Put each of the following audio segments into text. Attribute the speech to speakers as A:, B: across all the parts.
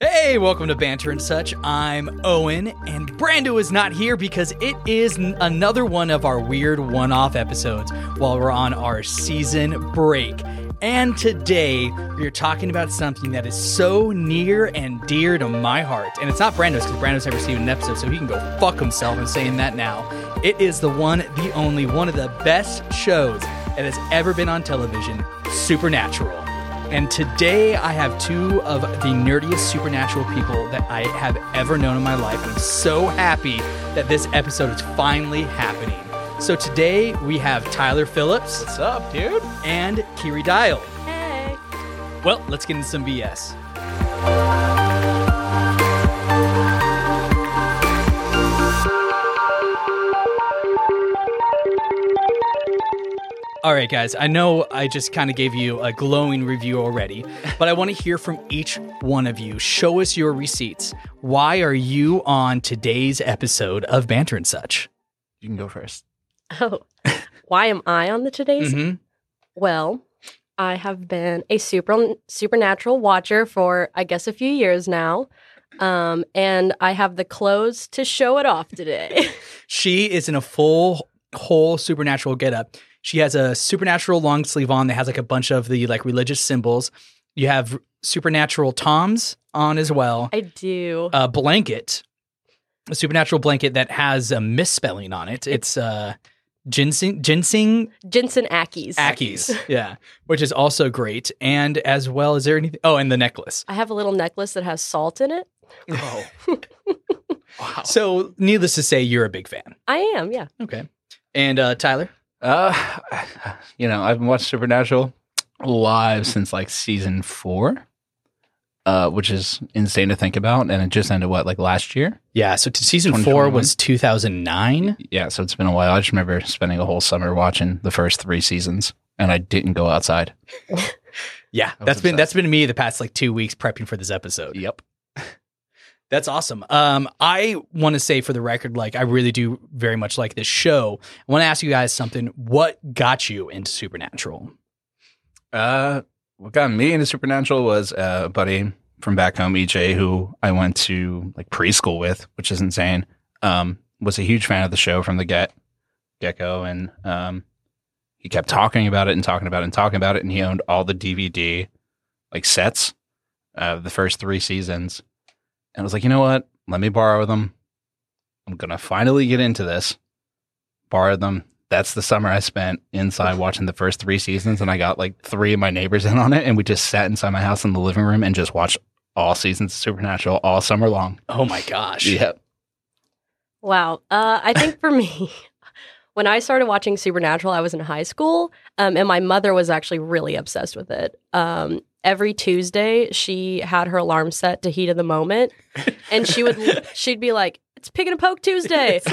A: Hey, welcome to Banter and Such. I'm Owen, and Brando is not here because it is n- another one of our weird one off episodes while we're on our season break. And today, we are talking about something that is so near and dear to my heart. And it's not Brando's because Brando's never seen an episode, so he can go fuck himself in saying that now. It is the one, the only, one of the best shows that has ever been on television Supernatural. And today I have two of the nerdiest supernatural people that I have ever known in my life. And I'm so happy that this episode is finally happening. So today we have Tyler Phillips
B: What's up, dude?
A: and Kiri Dial.
C: Hey.
A: Well, let's get into some BS. All right, guys, I know I just kind of gave you a glowing review already, but I want to hear from each one of you. Show us your receipts. Why are you on today's episode of Banter and Such?
B: You can go first.
C: Oh, why am I on the today's?
A: Mm-hmm.
C: Well, I have been a super supernatural watcher for I guess a few years now. Um, and I have the clothes to show it off today.
A: She is in a full whole supernatural getup. She has a supernatural long sleeve on that has like a bunch of the like religious symbols. You have supernatural toms on as well.
C: I do.
A: A blanket, a supernatural blanket that has a misspelling on it. It's uh ginseng ginseng
C: Jensen Ackies.
A: akis. Yeah. Which is also great. And as well, is there anything oh and the necklace.
C: I have a little necklace that has salt in it.
B: Oh. wow.
A: So needless to say, you're a big fan.
C: I am, yeah.
A: Okay. And uh Tyler?
B: Uh, you know, I've watched Supernatural live since like season four, uh, which is insane to think about. And it just ended, what, like last year?
A: Yeah, so t- season four
B: 2021?
A: was two thousand nine.
B: Yeah, so it's been a while. I just remember spending a whole summer watching the first three seasons, and I didn't go outside.
A: Yeah,
B: I was
A: that's been that's
B: obsessed.
A: been me the past like two weeks prepping for this episode.
B: Yep.
A: That's awesome. Um, I want to say for the record, like I really do very much like this show. I want to ask you guys something. What got you into Supernatural?
B: Uh, what got me into Supernatural was uh, a buddy from back home, EJ, who I went to like preschool with, which is insane. Um, was a huge fan of the show from the get gecko, and um, he kept talking about it and talking about it and talking about it, and he owned all the DVD like sets of the first three seasons. And I was like, you know what? Let me borrow them. I'm gonna finally get into this. Borrow them. That's the summer I spent inside watching the first three seasons, and I got like three of my neighbors in on it, and we just sat inside my house in the living room and just watched all seasons of Supernatural all summer long.
A: Oh my gosh!
B: Yep.
C: Wow. Uh, I think for me, when I started watching Supernatural, I was in high school, um, and my mother was actually really obsessed with it. Um, every Tuesday, she had her alarm set to heat of the moment, and she would she'd be like, "It's Pig and a Poke Tuesday."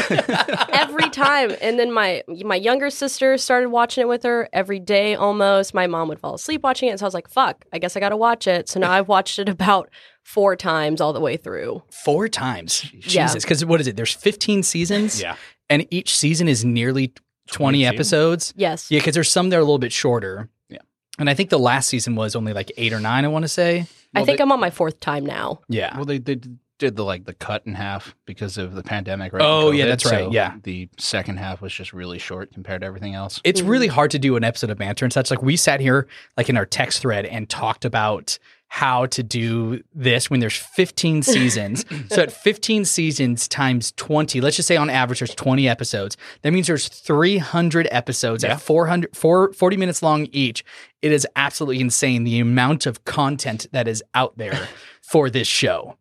C: every time. And then my my younger sister started watching it with her every day almost. My mom would fall asleep watching it, so I was like, "Fuck, I guess I got to watch it." So now I've watched it about four times all the way through.
A: Four times,
C: Yeah.
A: Jesus! Because what is it? There's 15 seasons,
B: Yeah.
A: and each season is nearly 20
B: 22?
A: episodes.
C: Yes.
A: Yeah, because there's some that are a little bit shorter.
B: Yeah.
A: and I think the last season was only like eight or nine. I want to say.
C: I think I'm on my fourth time now.
A: Yeah,
B: Well, they, they did the like the cut in half because of the pandemic, right?
A: Oh,
B: And
A: yeah, that's right, yeah.
B: the second half was just really short compared to everything else.
A: it's
C: Mhm.
A: really hard to do an episode of banter and such. Like we sat here, like in our text thread, and talked about how to do this when there's 15 seasons. so at 15 seasons times 20, let's just say on average there's 20 episodes. That means there's 300 episodes
B: Yeah.
A: at 400 four, 40 minutes long each. It is absolutely insane the amount of content that is out there for this show.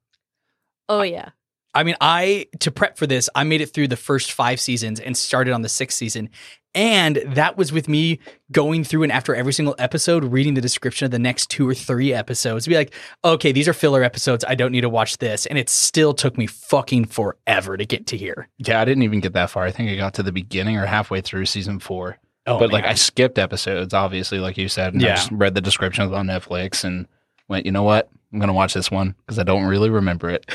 C: Oh yeah.
A: I mean, I to prep for this, I made it through the first five seasons and started on the sixth season. And that was with me going through and after every single episode, reading the description of the next two or three episodes, be like, okay, these are filler episodes. I don't need to watch this. And it still took me fucking forever to get to here.
B: Yeah, I didn't even get that far. I think I got to the beginning or halfway through season four.
A: Oh,
B: but like I
A: man.
B: skipped episodes, obviously, like you said. And I
A: Yeah.
B: just read the descriptions on Netflix and went, you know what? I'm gonna watch this one because I don't really remember it.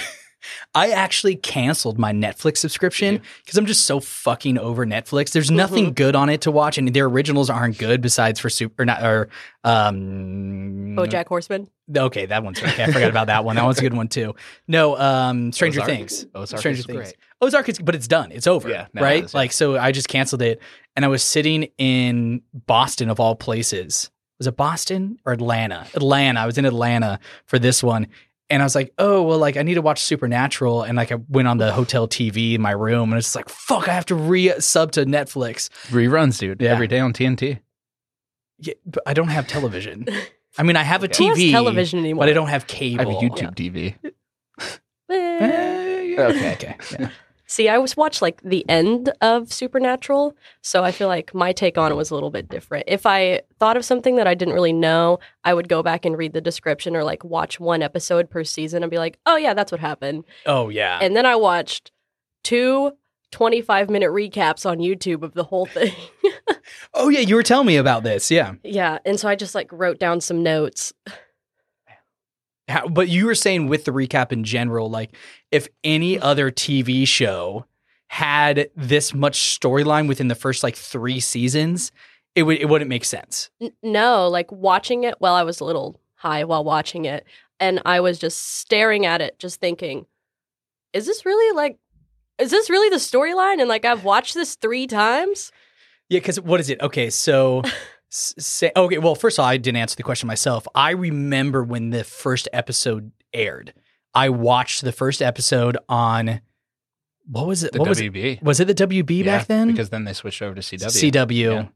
A: I actually canceled my Netflix subscription because I'm just so fucking over Netflix.
B: Uh-huh.
A: There's nothing good on it to watch, and their originals aren't good besides for super or not or um
C: BoJack Oh, Horseman.
A: Okay, that one's okay. I forgot about that one. That one's a good one too. No, um Stranger
B: Ozark?
A: Things.
B: Ozark
A: Stranger
B: is
A: Things.
B: great.
A: Ozark is, but it's done. It's over.
B: Yeah, no, it
A: right.
B: is, yeah.
A: Like so, I just canceled it, and I was sitting in Boston of all places. Was it Boston or Atlanta? Atlanta. I was in Atlanta for this one, and I was like, oh well, like I need to watch Supernatural, and like I went on the hotel TV in my room, and it's just like fuck, I have to re sub to Netflix.
B: Reruns, dude.
A: Yeah.
B: Every day on TNT.
A: Yeah, but I don't have television. I mean, I have a
B: Okay.
C: Who has
A: TV,
C: television anymore?
A: but I don't have cable.
B: I have a YouTube DV.
C: Eh.
B: Okay.
A: Okay.
C: See, I was watched like the end of Supernatural, so I feel like my take on it was a little bit different. If I thought of something that I didn't really know, I would go back and read the description or like watch one episode per season and be like, "Oh yeah, that's what happened."
A: Oh yeah.
C: And then I watched two 25-minute recaps on YouTube of the whole thing.
A: oh yeah, you were telling me about this. Yeah.
C: yeah, and so I just like wrote down some notes.
A: How, but you were saying with the recap in general, like if any other TV show had this much storyline within the first like three seasons, it would it wouldn't make sense.
C: N- no, like watching it, well, I was a little high while watching it, and I was just staring at it, just thinking, is this really like, is this really the storyline? And like, I've watched this three times.
A: Yeah, because what is it? Okay, so s- say okay. Well, first of all, I didn't answer the question myself. I remember when the first episode aired. I watched the first episode on what was it?
B: The
A: what was it?
B: WB.
A: Was it the WB
B: Yeah,
A: back then?
B: Because then they switched over to CW.
A: CW.
B: Yeah.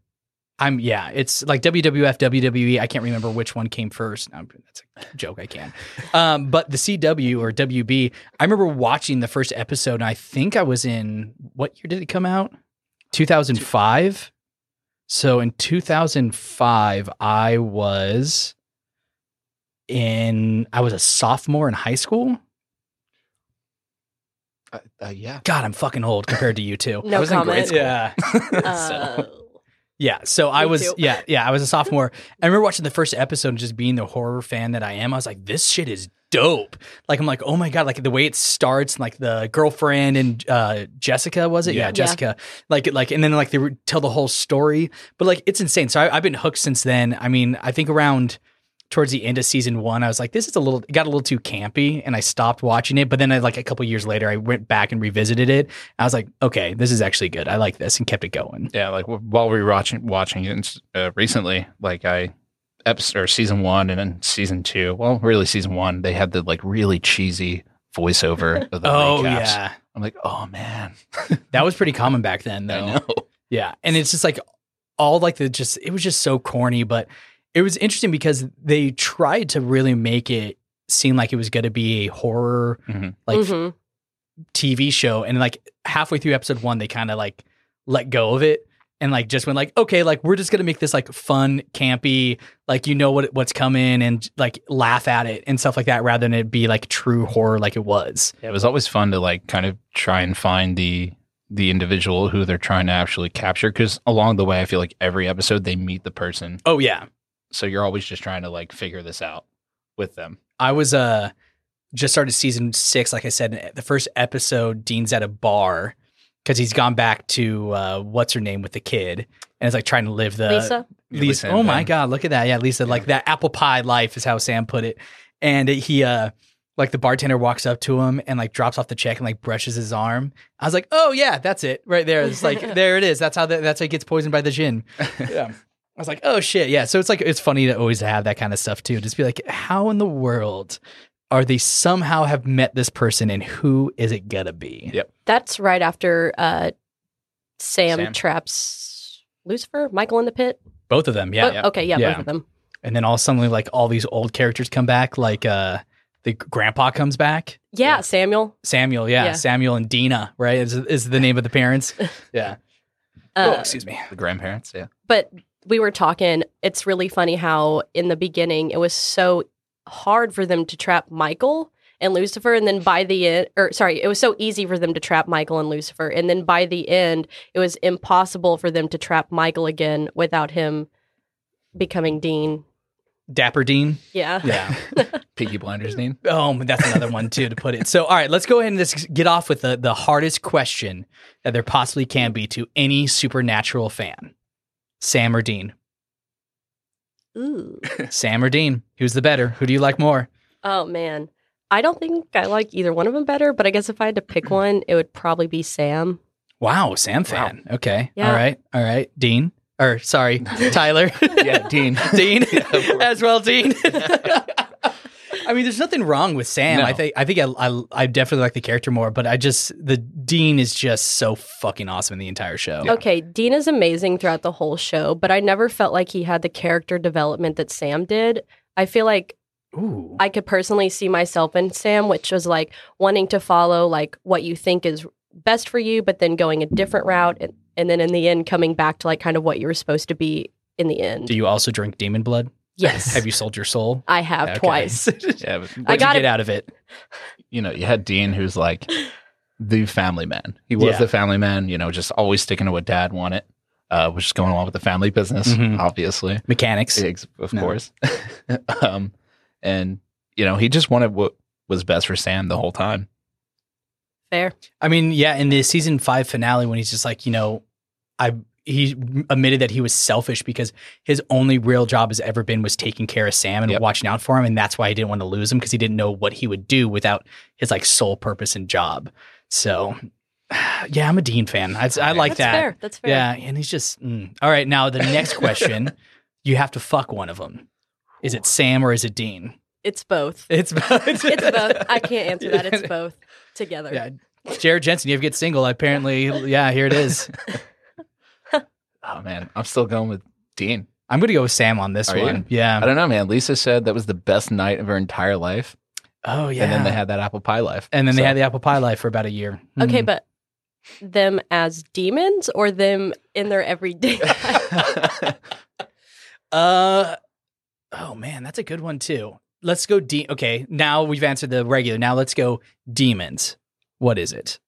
A: I'm yeah, it's like WWF, WWE. E. I can't remember which one came first. No, that's a joke. I can. Um, but the CW or WB. I remember watching the first episode, and I think I was in what year did it come out? 2005. So in 2005, I was in. I was a sophomore in high school.
B: Uh, uh, yeah.
A: God, I'm fucking old compared to you two.
C: No
B: was in grade
C: comment.
B: school.
A: Yeah.
C: Uh,
A: Yeah, so I
C: Me
A: was
C: too.
A: yeah, yeah, I was a sophomore. I remember watching the first episode and just being the horror fan that I am. I was like, this shit is dope. Like I'm like, oh my god, like the way it starts, and like the girlfriend and uh, Jessica was it? Yeah,
B: Yeah.
A: Jessica. Like like, and then like they would tell the whole story, but like it's insane. So I, I've been hooked since then. I mean, I think around towards the end of season one, I was like, this is a little it got a little too campy, and I stopped watching it. But then I, like a couple years later, I went back and revisited it. I was like, okay, this is actually good. I like this, and kept it going.
B: Yeah. Like w- while we were watching, watching it uh, recently, like I, eps- or season one and then season two, well, really season one, they had the like really cheesy voiceover of the
A: Oh
B: recaps.
A: yeah.
B: I'm like, oh man.
A: That was pretty common back then, though. Yeah, and it's just like all like the just it was just so corny, but it was interesting because they tried to really make it seem like it was going to be a horror
B: Mhm.
A: like
C: mhm.
A: TV show, and like halfway through episode one, they kind of like let go of it and like just went like, okay, like we're just going to make this like fun, campy, like you know what what's coming and like laugh at it and stuff like that, rather than it be like true horror like it was.
B: Yeah, it was always fun to like kind of try and find the the individual who they're trying to actually capture because along the way i feel like every episode they meet the person
A: Oh yeah,
B: so you're always just trying to like figure this out with them
A: I was uh just started season six, like I said, and the first episode. Dean's at a bar because he's gone back to uh, what's her name with the kid, and it's like trying to live the
C: Lisa,
A: Lisa.
B: Lisa
A: Oh my
B: Ann.
A: god, look at that! Yeah, Lisa, like that apple pie life is how Sam put it. And he, uh like the bartender walks up to him and like drops off the check and like brushes his arm. I was like, oh yeah, that's it right there. It's like there it is. That's how the, that's how he gets poisoned by the gin. Yeah. I was like, oh shit, yeah. So it's like it's funny to always have that kind of stuff too. Just be like, how in the world are they somehow have met this person and who is it gonna be?
B: Yeah.
C: that's right after uh, Sam,
B: Sam.
C: traps Lucifer, Michael in the pit.
A: Both of them, yeah.
C: Oh, Okay, yeah,
A: Yeah.
C: both of them.
A: And then all suddenly like all these old characters come back, like uh the grandpa comes back.
C: Yeah,
A: Yeah.
C: Samuel.
A: Samuel, yeah,
C: Yeah.
A: Samuel and Dina, right? Is, is the name of the parents? yeah.
C: Uh,
A: oh, excuse me.
B: the grandparents yeah
C: but we were talking it's really funny how in the beginning it was so hard for them to trap michael and lucifer and then by the end or sorry it was so easy for them to trap michael and lucifer and then by the end it was impossible for them to trap michael again without him becoming dean
A: Dapper Dean.
C: Yeah.
B: Yeah. Peaky Blinders name.
A: Oh, but that's another one too to put it. So, all right, let's go ahead and just get off with the, the hardest question that there possibly can be to any supernatural fan. Sam or Dean?
C: Ooh.
A: Sam or Dean? Who's the better? Who do you like more?
C: Oh man. I don't think I like either one of them better, but I guess if I had to pick one, it would probably be Sam.
A: Wow, Sam fan. Okay.
C: Yeah.
A: All right. All right. Dean. Or sorry, Tyler.
B: Yeah, Dean.
A: Dean.
B: of course.
A: As well, Dean. I mean, there's nothing wrong with Sam. I
B: No.
A: think I think I, I I definitely like the character more, but I just the Dean is just so fucking awesome in the entire show.
C: Okay, Dean is amazing throughout the whole show, but I never felt like he had the character development that Sam did. I feel like
A: Ooh.
C: I could personally see myself in Sam, which was like wanting to follow like what you think is best for you, but then going a different route, and, and then in the end coming back to like kind of what you were supposed to be in the end.
A: Do you also drink demon blood?
C: yes,
A: Have you sold your soul?
C: I have
A: Okay.
C: twice.
B: Yeah, but,
C: I
A: What'd you
C: got
A: get
C: it.
A: out of it?
B: you know, you had Dean who's like the family man. He was
A: Yeah.
B: the family man, you know, just always sticking to what dad wanted, uh, which is going along with the family business,
A: Mhm.
B: obviously.
A: Mechanics.
B: Ex- Of
A: No.
B: course. um, and, you know, he just wanted what was best for Sam the whole time.
C: Fair.
A: I mean, yeah, in the season five finale when he's just like, you know, I he admitted that he was selfish because his only real job has ever been was taking care of Sam and
B: Yep.
A: watching out for him, and that's why he didn't want to lose him because he didn't know what he would do without his like sole purpose and job. So, yeah, I'm a Dean fan. I, I like
C: That's
A: that.
C: fair. That's fair.
A: Yeah, and he's just mm. all right. Now the next question, you have to fuck one of them. Is it Sam or is it Dean?
C: It's both.
A: It's both.
C: It's both. I can't answer that. It's both together.
A: Yeah. Jared Jensen, you have to get single. Apparently, yeah, here it is.
B: Oh, man. I'm still going with Dean.
A: I'm going to go with Sam on this
B: Are you?
A: one.
B: I
A: Yeah.
B: don't know, man. Lisa said that was the best night of her entire life.
A: Oh, yeah.
B: And then they had that apple pie life.
A: And then they
B: So-
A: had the apple pie life for about a year.
C: Okay,
A: Mm.
C: but them as demons or them in their everyday life?
A: Uh, oh, man, that's a good one, too. Let's go. De- okay, now we've answered the regular. Now let's go demons. What is it?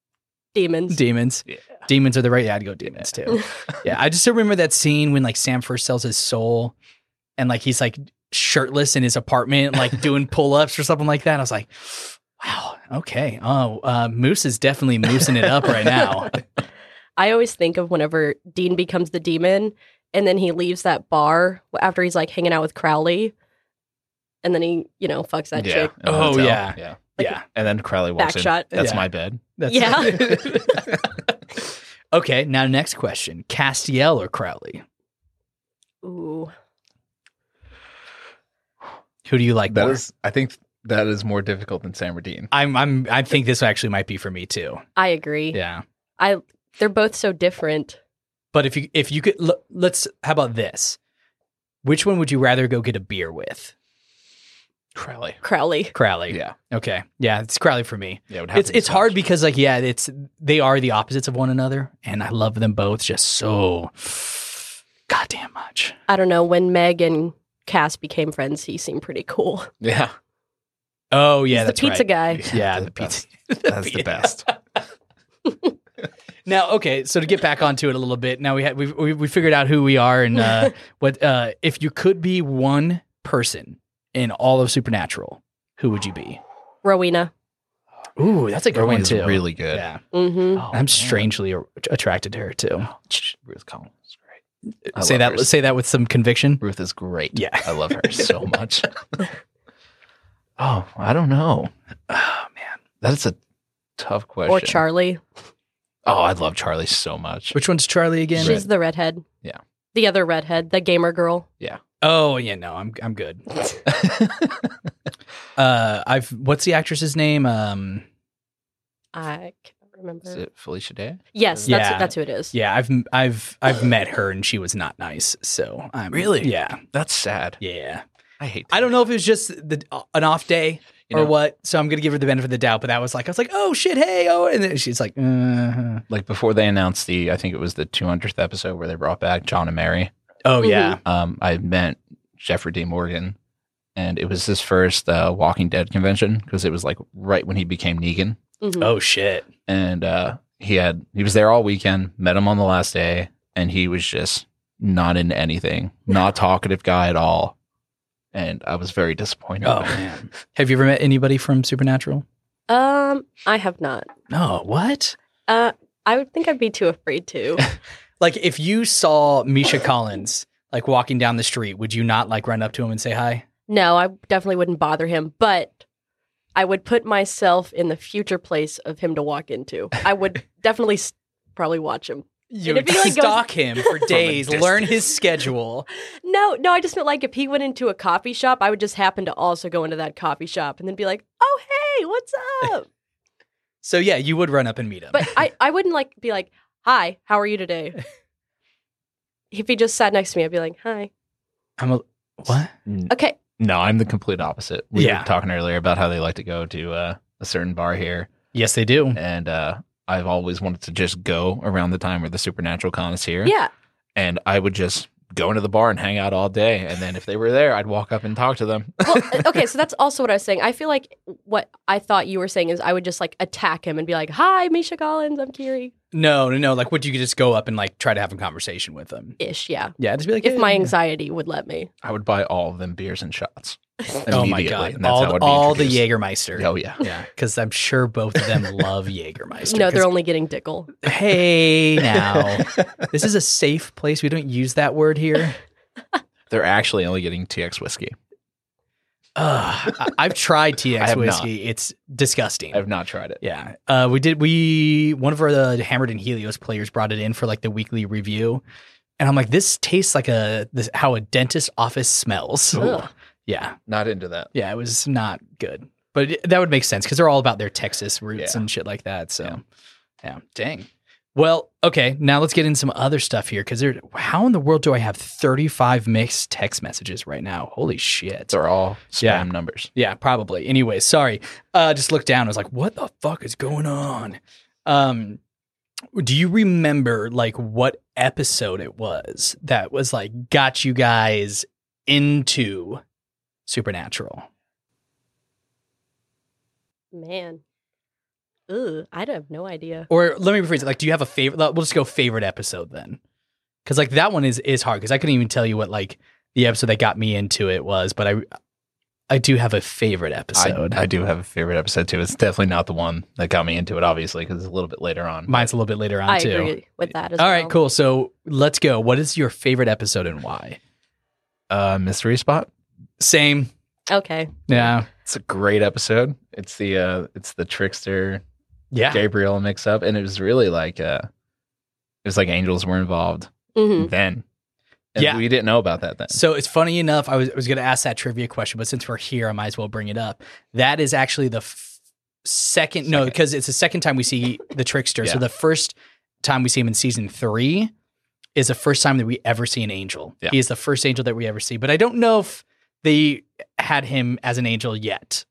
C: demons.
A: Demons.
B: Yeah.
A: Demons are the right. Yeah, I'd go demons too. yeah, I just remember that scene when like Sam first sells his soul, and like he's like shirtless in his apartment, like doing pull ups or something like that. I was like, wow, okay. Oh, uh, Moose is definitely moosing it up right now.
C: I always think of whenever Dean becomes the demon and then he leaves that bar after he's like hanging out with Crowley and then he, you know, fucks that chick.
B: in a
A: Oh,
B: hotel.
A: yeah.
B: Yeah.
A: yeah,
B: And then Crowley walks
C: Back
B: in.
C: shot.
B: That's
A: Yeah.
B: my bed.
A: that's
C: Yeah.
A: okay, now next question: Castiel or Crowley?
C: Ooh.
A: Who do you like
B: That
A: more?
B: is, I think that is more difficult than Sam or Dean.
A: I'm, I'm, I think this actually might be for me too.
C: I agree.
A: Yeah.
C: They're both so different.
A: But if you if you could l- let's how about this? Which one would you rather go get a beer with?
B: Crowley.
C: Crowley.
A: Crowley.
B: Yeah.
A: Okay. Yeah, it's Crowley for me.
B: Yeah. It would have
A: It's
B: to be
A: it's
B: Sam.
A: hard because like yeah, it's they are the opposites of one another and I love them both just so goddamn much.
C: I don't know. When Meg and Cass became friends, he seemed pretty cool.
B: Yeah.
A: Oh yeah,
C: He's
A: that's
C: the pizza
A: right.
C: guy.
A: Yeah,
B: The
A: the
B: best.
A: pizza.
B: That's the best.
A: Now, okay, so to get back onto it a little bit, now we had we we, we figured out who we are and uh, what uh, if you could be one person in all of Supernatural, who would you be?
C: Rowena.
A: Ooh, that's a good
B: Rowan
A: one
B: is
A: too.
B: really good.
A: yeah,
C: Mm-hmm.
A: Oh, I'm strangely a- attracted to her too.
B: Oh, Ruth Collins is great. I
A: Say
B: love
A: that.
B: her.
A: Say that with some conviction.
B: Ruth is great.
A: Yeah.
B: I love her so much. oh, I don't know. Oh, man. That's a tough question.
C: Or Charlie.
B: Oh, I love Charlie so much.
A: Which one's Charlie again?
C: She's the redhead.
B: Yeah.
C: The other redhead, the gamer girl.
A: Oh yeah, no, I'm I'm good. uh, I've what's the actress's name? Um,
C: I can't remember.
B: Is it Felicia Day?
C: Yes, that's,
A: Yeah.
C: that's who it is.
A: yeah, I've I've I've met her and she was not nice. So I'm
B: Really?
A: yeah
B: That's sad.
A: yeah.
B: I hate that.
A: I don't know if it was just the an off day
B: You
A: or
B: know-
A: what. So I'm gonna give her the benefit of the doubt. But that was like I was like oh shit hey oh and then she's like uh
B: Like before they announced the, I think it was the 200th episode where they brought back John and Mary.
A: oh
C: Mhm.
A: yeah
B: um, I met Jeffrey D. Morgan, and it was his first uh, Walking Dead convention because it was like right when he became Negan,
C: Mhm.
A: oh shit
B: and uh, he had he was there all weekend. Met him on the last day, and he was just not into anything, not talkative guy at all. and I was very disappointed.
A: Oh man, have you ever met anybody from Supernatural?
C: Um, I have not.
A: No, what?
C: Uh, I would think I'd be too afraid to.
A: Like if you saw Misha Collins like walking down the street, would you not like run up to him and say hi?
C: No, I definitely wouldn't bother him, but I would put myself in the future place of him to walk into. I would definitely s- probably watch him.
A: You
C: And if
A: would
C: he, like, goes-
A: stalk him for days,
B: distance.
A: learn his schedule.
C: No, no, I just meant like if he went into a coffee shop, I would just happen to also go into that coffee shop and then be like, "Oh, hey, what's up?"
A: So yeah, you would run up and meet him.
C: But I, I wouldn't like be like, "Hi, how are you today?" If he just sat next to me, I'd be like, "Hi."
A: I'm a what?
B: N-
C: Okay.
B: No, I'm the complete opposite. We
A: Yeah.
B: were talking earlier about how they like to go to uh, a certain bar here,
A: Yes, they do.
B: and uh, I've always wanted to just go around the time where the supernatural con is here.
C: Yeah.
B: and I would just go into the bar and hang out all day. And then if they were there, I'd walk up and talk to them.
C: Well, uh, okay, so that's also what I was saying. I feel like what I thought you were saying is I would just like attack him and be like, "Hi, Misha Collins, I'm Kiri."
A: No, no, no. Like, would you just go up and like try to have a conversation with them?
C: Ish, yeah.
A: Yeah, just be like,
C: If
A: "Hey."
C: my anxiety would let me.
B: I would buy all of them beers and shots.
A: oh my
B: immediately,
A: god,
B: and that's
A: all,
B: how I'd
A: the,
B: be
A: all the
B: introduced.
A: Jägermeister.
B: Oh yeah,
A: Yeah, because I'm sure both of them love Jägermeister.
C: No,
A: 'Cause-
C: they're only getting Dickel.
A: hey now, this is a safe place. We don't use that word here.
B: they're actually only getting TX whiskey.
A: Ugh, I- I've tried
B: I
A: TX
B: have not.
A: whiskey. It's disgusting.
B: I've not tried it.
A: yeah, uh, we did. We one of our uh, Hammered and Helios players brought it in for like the weekly review, and I'm like, this tastes like a this how a dentist office smells.
C: Ugh.
A: Yeah,
B: Not into that.
A: yeah, it was not good. But it, that would make sense because they're all about their Texas roots
B: Yeah.
A: and shit like that. So,
B: Yeah.
A: yeah. dang. Well, okay, now let's get in some other stuff here because there. How in the world do I have 35 mixed text messages right now? Holy shit!
B: They're all spam
A: Yeah.
B: numbers.
A: Yeah, probably. Anyway, sorry. Uh, just looked down. I was like, what the fuck is going on? Um, do you remember like what episode it was that was like got you guys into Supernatural?
C: Man. Ooh, I'd have no idea.
A: Or let me rephrase it. Like, do you have a favorite? We'll just go favorite episode then, because like that one is is hard because I couldn't even tell you what like the episode that got me into it was, but I I do have a favorite
B: I,
A: episode.
B: I do have a favorite episode too. It's definitely not the one that got me into it, obviously, because it's a little bit later on.
A: Mine's a little bit later on
C: I
A: too.
C: agree with that as
A: All
C: well.
A: right, cool. So let's go. What is your favorite episode and why?
B: uh, mystery spot.
A: Same.
C: Okay.
A: Yeah.
B: It's a great episode. It's the uh, it's the trickster
A: Yeah.
B: Gabriel mix up, and it was really like uh, it was like angels were involved.
C: hmm
B: then. And
A: Mm-hmm. Yeah.
B: We didn't know about that then.
A: So it's funny enough, I was, I was going to ask that trivia question, but since we're here, I might as well bring it up. That is actually the f- second, no,
B: Second.
A: because it's the second time we see the trickster.
B: Yeah.
A: So the first time we see him in season three is the first time that we ever see an angel.
B: Yeah.
A: He is the first angel that we ever see, but I don't know if they had him as an angel yet,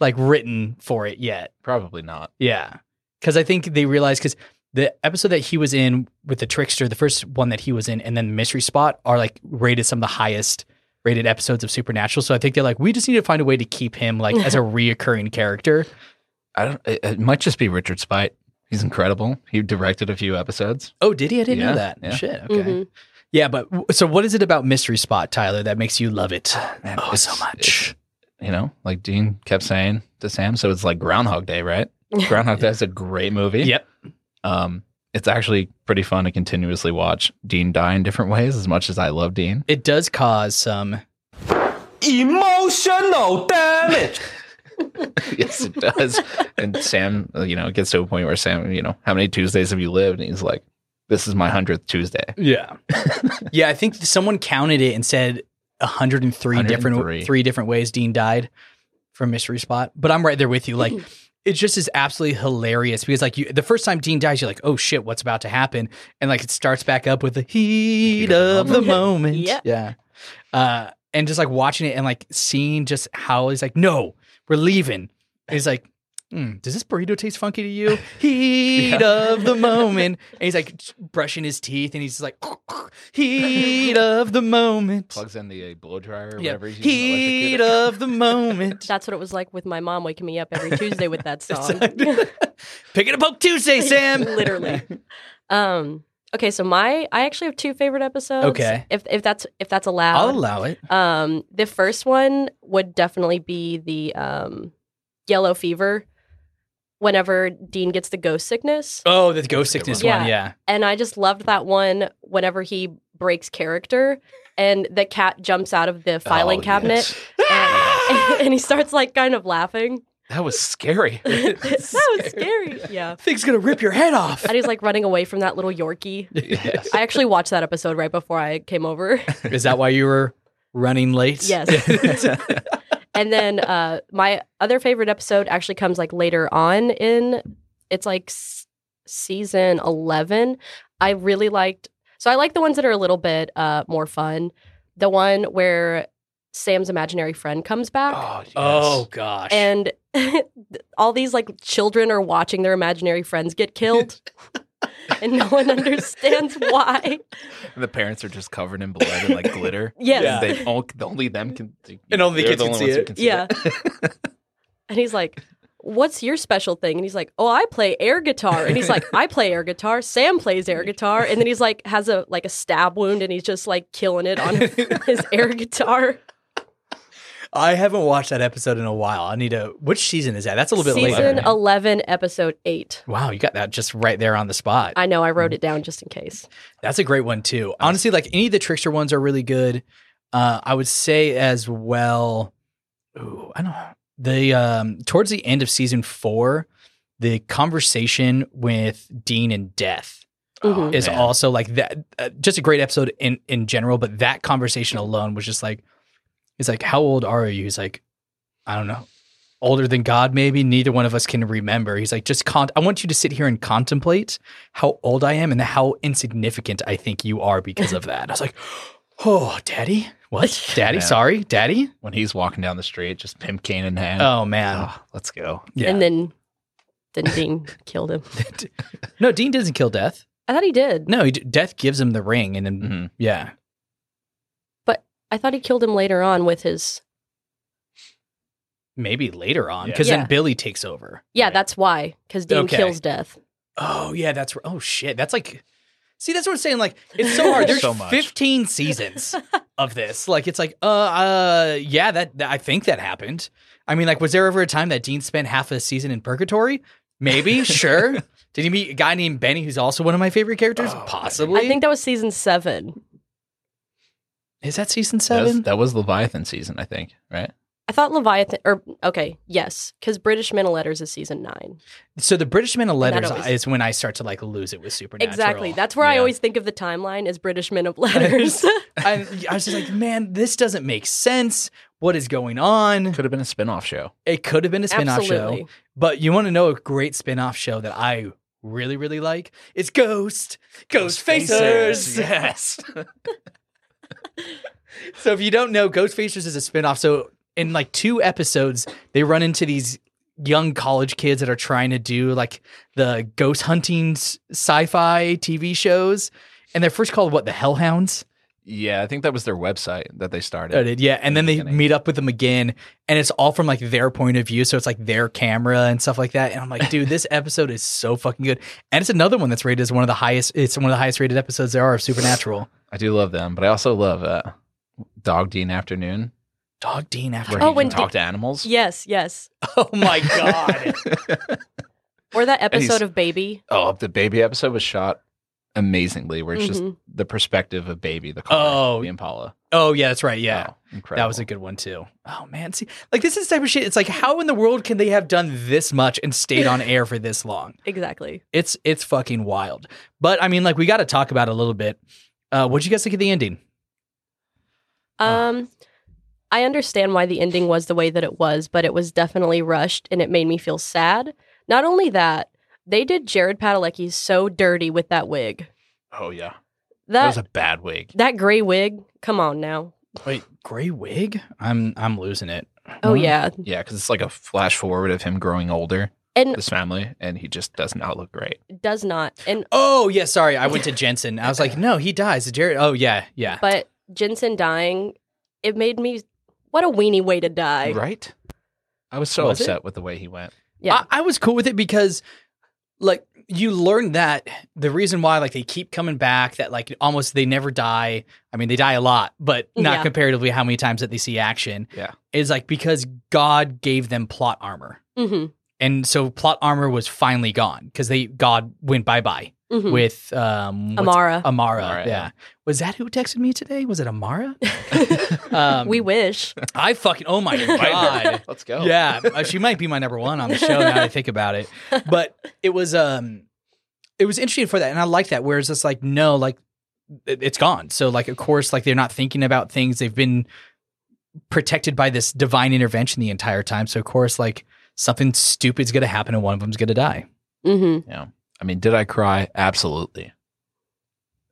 A: like written for it yet.
B: Probably not.
A: Yeah. Because I think they realized because the episode that he was in with the trickster, the first one that he was in, and then the mystery spot are like rated some of the highest rated episodes of Supernatural. So I think they're like, we just need to find a way to keep him like as a reoccurring character.
B: I don't. It, it might just be Richard Spite. He's incredible. He directed a few episodes.
A: Oh, did he? I didn't
B: Yeah,
A: know that.
B: yeah.
A: Shit. Okay.
C: Mm-hmm.
A: Yeah, but w- so what is it about Mystery Spot, Tyler, that makes you love it
B: Man,
A: oh
B: it's-
A: so much?
B: You know, like Dean kept saying to Sam. So it's like Groundhog Day, right? Groundhog Day is a great movie.
A: Yep.
B: Um, it's actually pretty fun to continuously watch Dean die in different ways. As much as I love Dean,
A: It does cause some.
D: Emotional damage.
B: yes, it does. and Sam, uh, you know, it gets to a point where Sam, you know, how many Tuesdays have you lived? And he's like, "This is my hundredth Tuesday."
A: Yeah. yeah, I think someone counted it and said 103, different
B: 103.
A: three different ways Dean died from Mystery Spot. But I'm right there with you. Like it just is absolutely hilarious because like you the first time Dean dies, you're like, oh shit, what's about to happen? And like it starts back up with the heat of the moment.
C: Yeah.
A: Yeah. Uh and just like watching it and like seeing just how he's like, no, we're leaving. And he's like, "Mm, does this burrito taste funky to you? Heat of the moment. And he's like brushing his teeth and he's just like, heat of the moment.
B: Plugs in the uh, blow dryer, or
A: Yeah.
B: whatever he's using to electrocute
A: Heat
B: it.
A: of the moment.
C: That's what it was like with my mom waking me up every Tuesday with that song.
A: Pick it up Poke Tuesday, Sam.
C: Literally. Um, Okay, so my I actually have two favorite episodes.
A: Okay.
C: If if that's if that's
A: I'll
C: allowed.
A: allow it.
C: um the first one would definitely be the um yellow fever whenever Dean gets the ghost sickness.
A: Oh, the ghost sickness
C: one.
A: one. Yeah.
C: And I just loved that one whenever he breaks character and the cat jumps out of the filing
B: Oh,
C: cabinet
B: yes.
C: and, and he starts like kind of laughing.
B: That was scary.
C: that was scary. Yeah.
A: Thing's gonna rip your head off.
C: And he's like running away from that little Yorkie.
B: Yes.
C: I actually watched that episode right before I came over.
A: Is that why you were running late?
C: Yes. and then uh, my other favorite episode actually comes like later on in it's like s- season 11 i really liked so i like the ones that are a little bit uh, more fun the one where sam's imaginary friend comes back
B: oh, yes.
A: oh gosh.
C: and all these like children are watching their imaginary friends get killed and no one understands why
B: And the parents are just covered in blood and like glitter.
C: yes
A: Yeah.
B: And they only, the only them can.
A: And only the
B: they're
A: kids can see
B: ones who
A: it.
C: Yeah. and he's like, What's your special thing? And he's like, Oh, I play air guitar. And he's like, I play air guitar. Sam plays air guitar. And then he's like, has a like a stab wound and he's just like killing it on his air guitar.
A: I haven't watched that episode in a while. I need to. Which season is that? That's a little bit
C: Season
A: later.
C: 11, episode 8.
A: wow, you got that just right there on the spot.
C: I know I wrote it down just in case.
A: That's a great one too. Honestly, like any of the trickster ones are really good. Uh, I would say as well. Ooh, I don't know. The um, towards the end of season four, the conversation with Dean and Death
C: Mhm.
A: is
B: man.
A: also like that. Uh, just a great episode in in general, but that conversation alone was just like, it's like, how old are you? He's like, I don't know, older than God, maybe. Neither one of us can remember. He's like, just con. I want you to sit here and contemplate how old I am and how insignificant I think you are because of that. I was like, oh, Daddy, what, Daddy?
B: Man.
A: Sorry, Daddy.
B: When he's walking down the street, just pimp cane in hand.
A: Oh man,
B: Ah, let's go.
A: yeah.
C: And then then Dean killed him.
A: no, Dean doesn't kill Death.
C: I thought he did.
A: No, he, Death gives him the ring, and then
B: Mhm.
A: yeah,
C: I thought he killed him later on with his
A: maybe later on
B: Yeah.
A: because
C: Yeah.
A: then Billy takes over.
C: Yeah,
B: Right.
C: that's why. Because Dean
A: Okay.
C: kills death.
A: Oh yeah, that's r- oh shit. That's like see, that's what I'm saying. Like it's so hard. There's
B: So much.
A: 15 seasons of this. Like it's like uh uh yeah that, that I think that happened. I mean, like was there ever a time that Dean spent half a season in purgatory? Maybe sure. Did he meet a guy named Benny who's also one of my favorite characters?
B: Oh,
A: Possibly.
C: I think that was season seven.
A: is that season
B: That was,
A: seven.
B: that was Leviathan season, I think, right?
C: I thought Leviathan, or okay, yes, because British Men of Letters is season nine.
A: so the British Men of
C: that
A: Letters
C: always-
A: is when I start to like lose it with supernatural.
C: Exactly. That's where I
B: Yeah.
C: always think of the timeline as British Men of Letters.
A: I, I was just like, man, this doesn't make sense. What is going on?
B: Could have been a spin off show.
A: It could have been a spin-off show.
C: Absolutely.
A: But you want to know a great spin-off show that I really, really like? It's Ghost. Ghost Facers.
B: Yes.
A: So if you don't know, Ghost Facers is a spin-off. So in like two episodes, they run into these young college kids that are trying to do like the ghost hunting s- sci-fi TV shows. And they're first called what the Hellhounds.
B: yeah, I think that was their website that they started.
A: Started, yeah. And then they
B: Beginning.
A: meet up with them again, and it's all from like their point of view. So it's like their camera and stuff like that. And I'm like, dude, this episode is so fucking good. And it's another one that's rated as one of the highest. It's one of the highest rated episodes there are of Supernatural.
B: I do love them, but I also love uh, Dog Dean Afternoon,
A: Dog Dean after.
B: where
C: Oh,
B: he
C: when
B: can talk to animals.
C: Yes, yes.
A: Oh my god.
C: Or that
B: And he's-
C: episode of Baby.
B: Oh, the baby episode was shot amazingly, where it's just
C: Mhm.
B: the perspective of baby, the car,
A: Mm-hmm. Oh.
B: the Impala.
A: oh yeah, that's right. Yeah.
B: Oh, incredible.
A: That was a good one too. Oh man, see, like this is the type of shit. It's like, how in the world can they have done this much and stayed on air for this long?
C: Exactly.
A: It's it's fucking wild. But I mean, like, we got to talk about it a little bit. Uh, what'd you guys think of the ending? Ah.
C: Um, I understand why the ending was the way that it was, but it was definitely rushed and it made me feel sad. Not only that, they did Jared Padalecki so dirty with that wig.
B: Oh yeah, that,
C: That
B: was a bad wig.
C: that gray wig. Come on now.
A: Wait, gray wig? I'm I'm losing it.
C: Oh
A: Huh?
C: yeah.
B: Yeah, because it's like a flash forward of him growing older,
C: And
B: this family, and he just does not look great.
C: does not. And
A: Oh yeah, sorry. I went to Jensen. I was like, no, he dies. Jared. Oh yeah, yeah.
C: but Jensen dying, it made me what a weenie way to die.
B: right? Ah. I was so
A: Was it?
B: upset with the way he went.
C: Yeah.
A: I, I was cool with it because, like, you learn that the reason why like they keep coming back that like almost they never die i mean they die a lot but not
C: Yeah.
A: comparatively how many times that they see action
B: Yeah.
A: is like because god gave them plot armor
C: hmm
A: and so plot armor was finally gone because they god went bye-bye
C: hmm
A: with um what's-
C: Amara.
A: amara
B: Amara,
A: yeah.
B: yeah.
A: was that who texted me today was it amara um,
C: we wish.
A: i fucking oh my god
B: Let's go.
A: yeah, uh, she might be my number one on the show now that I think about it. But it was um, it was interesting for that, and I like that. Whereas it's like no, like it- it's gone. So like of course, like they're not thinking about things. They've been protected by this divine intervention the entire time. So of course, like something stupid's gonna happen, and one of them's gonna die.
C: hmm
B: I mean, did I cry? Absolutely.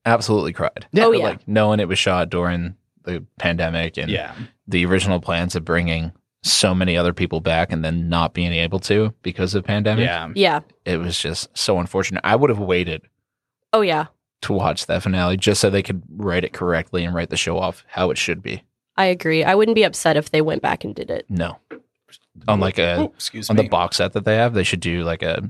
B: Absolutely cried.
A: Yeah.
C: Oh,
B: But,
C: yeah.
B: Like knowing it was shot during the pandemic and
A: yeah,
B: the original plans of bringing so many other people back and then not being able to because of pandemic.
A: yeah.
C: Yeah.
B: It was just so unfortunate. I would have waited
C: Oh yeah.
B: to watch that finale just so they could write it correctly and write the show off how it should be.
C: I agree. I wouldn't be upset if they went back and did it.
B: No. On like a
A: Ooh, excuse
B: on
A: me.
B: the box set that they have, they should do like a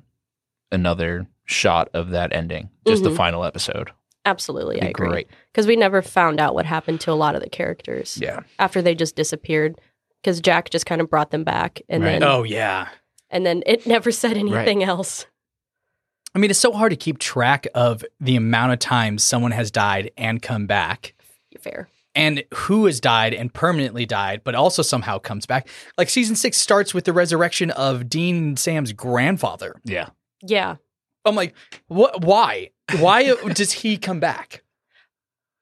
B: another shot of that ending. Just the
C: Mhm.
B: final episode.
C: Absolutely,
B: It'd
C: I
B: be
C: agree.
B: great.
C: Because we never found out what happened to a lot of the characters
B: Yeah.
C: after they just disappeared. Because Jack just kind of brought them back, and
B: Right.
C: then
A: oh yeah.
C: and then it never said anything else.
A: I mean, it's so hard to keep track of the amount of times someone has died and come back.
C: Fair.
A: and who has died and permanently died, but also somehow comes back. Like season six starts with the resurrection of Dean and Sam's grandfather.
B: Yeah.
C: Yeah.
A: I'm like, what? Why? Why does he come back?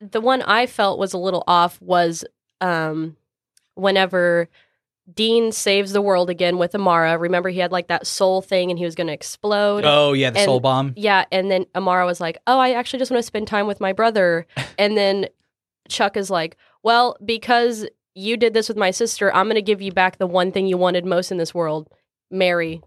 C: the one I felt was a little off was um, whenever Dean saves the world again with Amara. Remember, he had like that soul thing and he was going to explode.
A: Oh yeah, the
C: And-
A: soul bomb.
C: Yeah, and then Amara was like, "Oh, I actually just want to spend time with my brother." And then Chuck is like, "Well, because you did this with my sister, I'm going to give you back the one thing you wanted most in this world, Mary."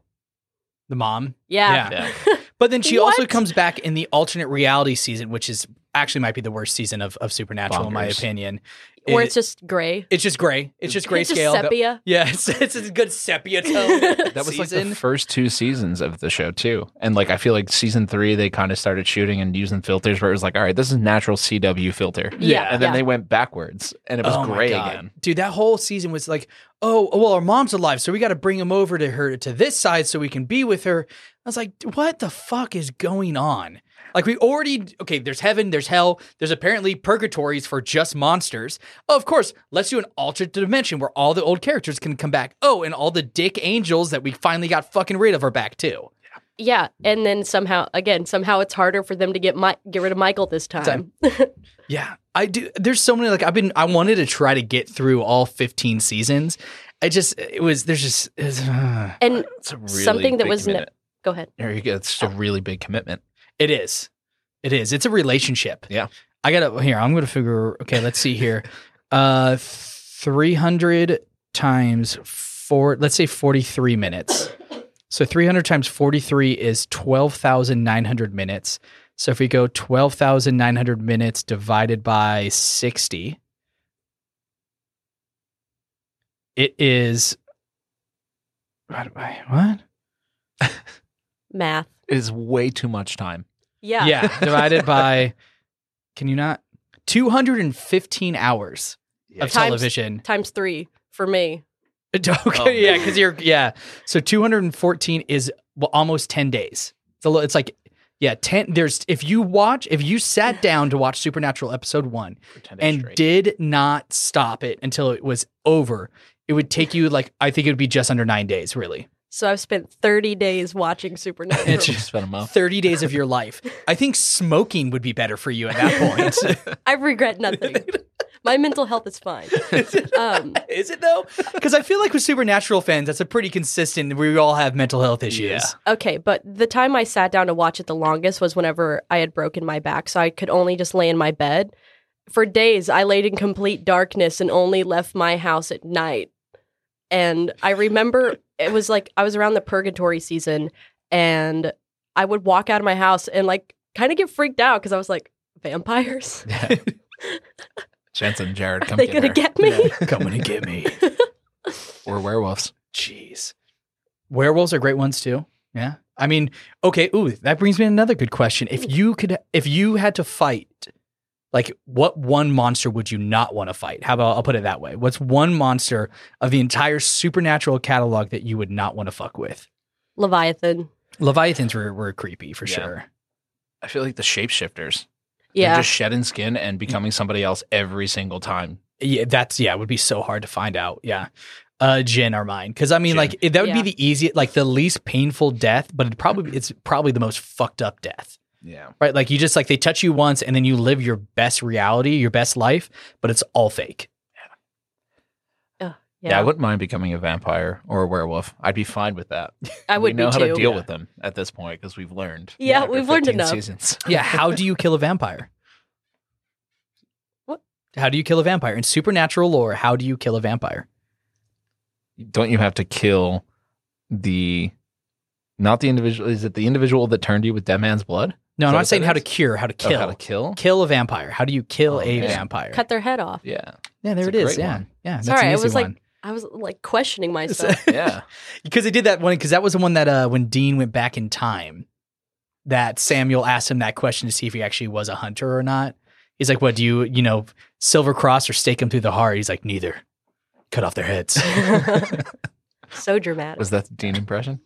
A: The mom.
C: Yeah.
B: Yeah.
A: But then she also
C: What?
A: comes back in the alternate reality season, which is actually might be the worst season of, of Supernatural in my
B: Bonkers.
A: opinion.
C: Where
A: It-
C: it's just gray.
A: it's just gray. It's just
C: It's
A: grayscale.
C: Just sepia.
A: yeah, it's, it's a good sepia tone.
B: That was like
A: season.
B: the first two seasons of the show too, and like I feel like season three they kind of started shooting and using filters where it was like, all right, this is natural CW filter,
A: Yeah.
B: and then
C: yeah.
B: they went backwards and it was
A: Oh my
B: gray
A: God.
B: again.
A: Dude, that whole season was like, oh, well, our mom's alive, so we got to bring him over to her to this side so we can be with her. I was like, what the fuck is going on? Like we already okay. There's heaven. There's hell. There's apparently purgatories for just monsters. of course, let's do an alternate dimension where all the old characters can come back. Oh, and all the dick angels that we finally got fucking rid of are back too.
C: Yeah, and then somehow again, somehow it's harder for them to get my get rid of Michael this time.
A: Yeah, I do. There's so many. Like I've been, I wanted to try to get through all 15 seasons. I just, it was. There's just. It was,
C: and
B: It's a
C: something that
B: big
C: was ne-
B: commitment.
C: go ahead.
B: There you go. It's just a really big commitment.
A: It is. It is. It's a relationship.
B: Yeah.
A: I gotta here, I'm gonna figure okay, let's see here. Uh three hundred times four let's say forty-three minutes. So three hundred times forty-three is twelve thousand nine hundred minutes. So if we go twelve thousand nine hundred minutes divided by sixty, it is what? do I- what?
C: Math.
B: It is way too much time.
C: Yeah.
A: Yeah, divided by can you not 215 hours of
C: Times-
A: television.
C: Times three for me.
A: okay,
B: Oh, man.
A: yeah, cuz you're yeah. So 214 is well, almost 10 days. It's, a lo- it's like yeah, 10 there's if you watch if you sat down to watch Supernatural episode 1 and did not stop it until it was over, it would take you like I think it would be just under 9 days really.
C: So I've spent thirty days watching Supernatural.
A: It's-
B: spent a month.
A: 30 days of your life. I think smoking would be better for you at that point.
C: I regret nothing. My mental health is fine. Um,
A: Is it though? Because I feel like with Supernatural fans, that's a pretty consistent. We all have mental health issues.
B: Yeah.
C: okay, but the time I sat down to watch it the longest was whenever I had broken my back, so I could only just lay in my bed. For days, I laid in complete darkness and only left my house at night. And I remember it was like I was around the purgatory season, and I would walk out of my house and like kind of get freaked out because I was like, vampires?
B: Yeah. Jensen and Jared
C: Are
B: come
C: they
B: get
C: gonna
B: her.
C: get me?
A: Come and get me.
B: We're werewolves.
A: Jeez. Werewolves are great ones too. Yeah. I mean, okay, ooh, that brings me to another good question. If you could if you had to fight, like what one monster would you not want to fight? How about I'll put it that way. What's one monster of the entire supernatural catalog that you would not want to fuck with?
C: Leviathan.
A: Leviathans were, were creepy for
B: Yeah.
A: sure.
B: I feel like the shapeshifters.
C: Yeah.
B: They're just shedding skin and becoming somebody else every single time.
A: Yeah, that's yeah, it would be so hard to find out. Yeah. Uh Jin are mine. Cause I mean
B: Jin.
A: like it, that would
C: Yeah.
A: be the easiest like the least painful death, but it probably it's probably the most fucked up death.
B: Yeah.
A: Right? Like you just like they touch you once and then you live your best reality, your best life, but it's all fake.
B: Yeah. I wouldn't mind becoming a vampire or a werewolf. I'd be fine with that.
C: I would
B: we know
C: be
B: how
C: too.
B: to deal
A: Yeah.
B: with them at this point because we've learned.
C: Yeah,
B: after
C: we've learned
B: 15
C: enough.
B: Seasons.
A: Yeah, how do you kill a vampire?
C: What?
A: How do you kill a vampire? In supernatural lore, how do you kill a vampire?
B: Don't you have to kill the not the individual? Is it the individual that turned you with dead man's blood?
A: No,
B: Is
A: I'm
B: that
A: not
B: what
A: saying
B: that
A: how to
B: is?
A: cure, how to
B: Oh,
A: kill.
B: how to kill?
A: Kill a vampire. How do you kill a
B: Okay.
A: vampire?
C: Cut their head off.
B: Yeah.
A: yeah, there it
B: That's a
A: is.
B: great
A: Yeah.
B: one.
A: Yeah. That's
C: Sorry,
A: an
C: I
A: easy
C: was like
A: one.
C: I was like questioning myself.
B: Yeah.
A: because they did that one because that was the one that uh when Dean went back in time, that Samuel asked him that question to see if he actually was a hunter or not. He's like, "What do you you know, silver cross or stake him through the heart?" He's like, "Neither. Cut off their heads."
C: so dramatic.
B: Was that the Dean impression?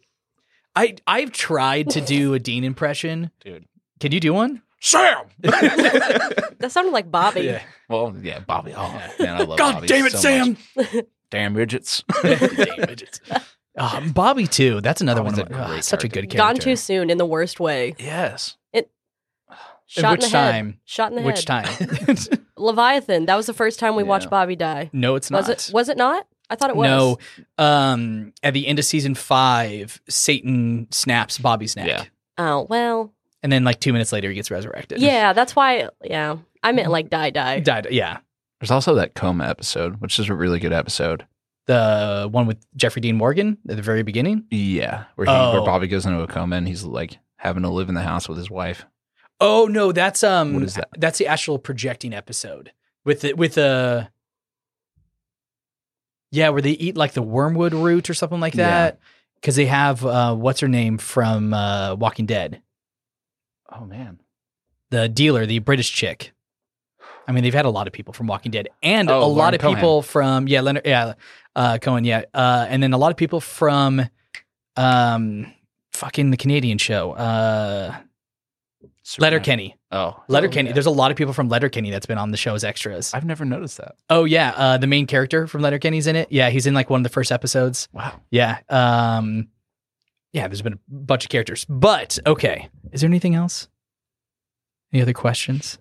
A: I I've tried to do a Dean impression.
B: Dude.
A: Can you do one?
B: Sam!
C: that sounded like Bobby.
A: Yeah.
B: well, yeah, Bobby. Oh,
A: Yeah.
B: man, I love
A: God
B: Bobby
A: damn it,
B: so
A: Sam!
B: much. Damn midgets.
A: Um, Bobby too. That's another
B: Bobby's
A: one.
B: a
A: Ugh,
B: great
A: such a good
B: character.
A: character.
C: Gone too soon in the worst way.
B: yes.
A: At
C: Shot
A: which
C: in the head.
A: time?
C: Shot in the
A: Which
C: head.
A: time?
C: Leviathan. That was the first time we
B: Yeah.
C: watched Bobby die.
A: no, it's not.
C: Was it? Was it not? I thought it was.
A: No. Um, at the end of season five, Satan snaps Bobby's neck,
B: Yeah.
C: Oh well.
A: and then like two minutes later, he gets resurrected.
C: Yeah, that's why. Yeah, I meant like die, die.
A: died. Yeah,
B: There's also that coma episode, which is a really good episode.
A: the one with Jeffrey Dean Morgan at the very beginning.
B: Yeah, where, he,
A: Oh.
B: where Bobby goes into a coma and he's like having to live in the house with his wife.
A: Oh no, that's um,
B: What is that?
A: That's the astral projecting episode with the, with a. Yeah, where they eat like the wormwood root or something like
B: Yeah.
A: that, because they have uh, what's her name from uh, Walking Dead,
B: Oh man,
A: the dealer, the British chick. I mean, they've had a lot of people from Walking Dead, and a
B: Oh,
A: lot
B: Lauren
A: of people from yeah, Leonard, yeah, uh, Cohen, yeah, uh, and then a lot of people from, um, fucking the Canadian show, uh, Letterkenny.
B: Oh,
A: Letterkenny.
B: Yeah.
A: There's a lot of people from Letterkenny that's been on the show as extras.
B: I've never noticed that.
A: Oh yeah, uh, the main character from Letterkenny's in it. Yeah, he's in like one of the first episodes.
B: Wow.
A: Yeah. Um, yeah. There's been a bunch of characters, but okay. Is there anything else? Any other questions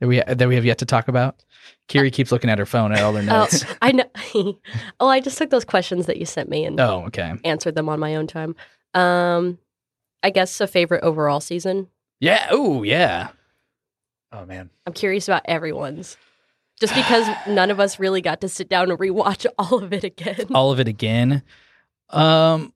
A: that we that we have yet to talk about? Kiri keeps looking at her phone at all her
C: Oh,
A: notes.
C: I know. oh, I just took those questions that you sent me and
A: oh, okay.
C: answered them on my own time. Um, I guess a favorite overall season.
A: Yeah. Oh, yeah.
B: Oh man,
C: I'm curious about everyone's, just because none of us really got to sit down and rewatch all of it again.
A: all of it again. Um,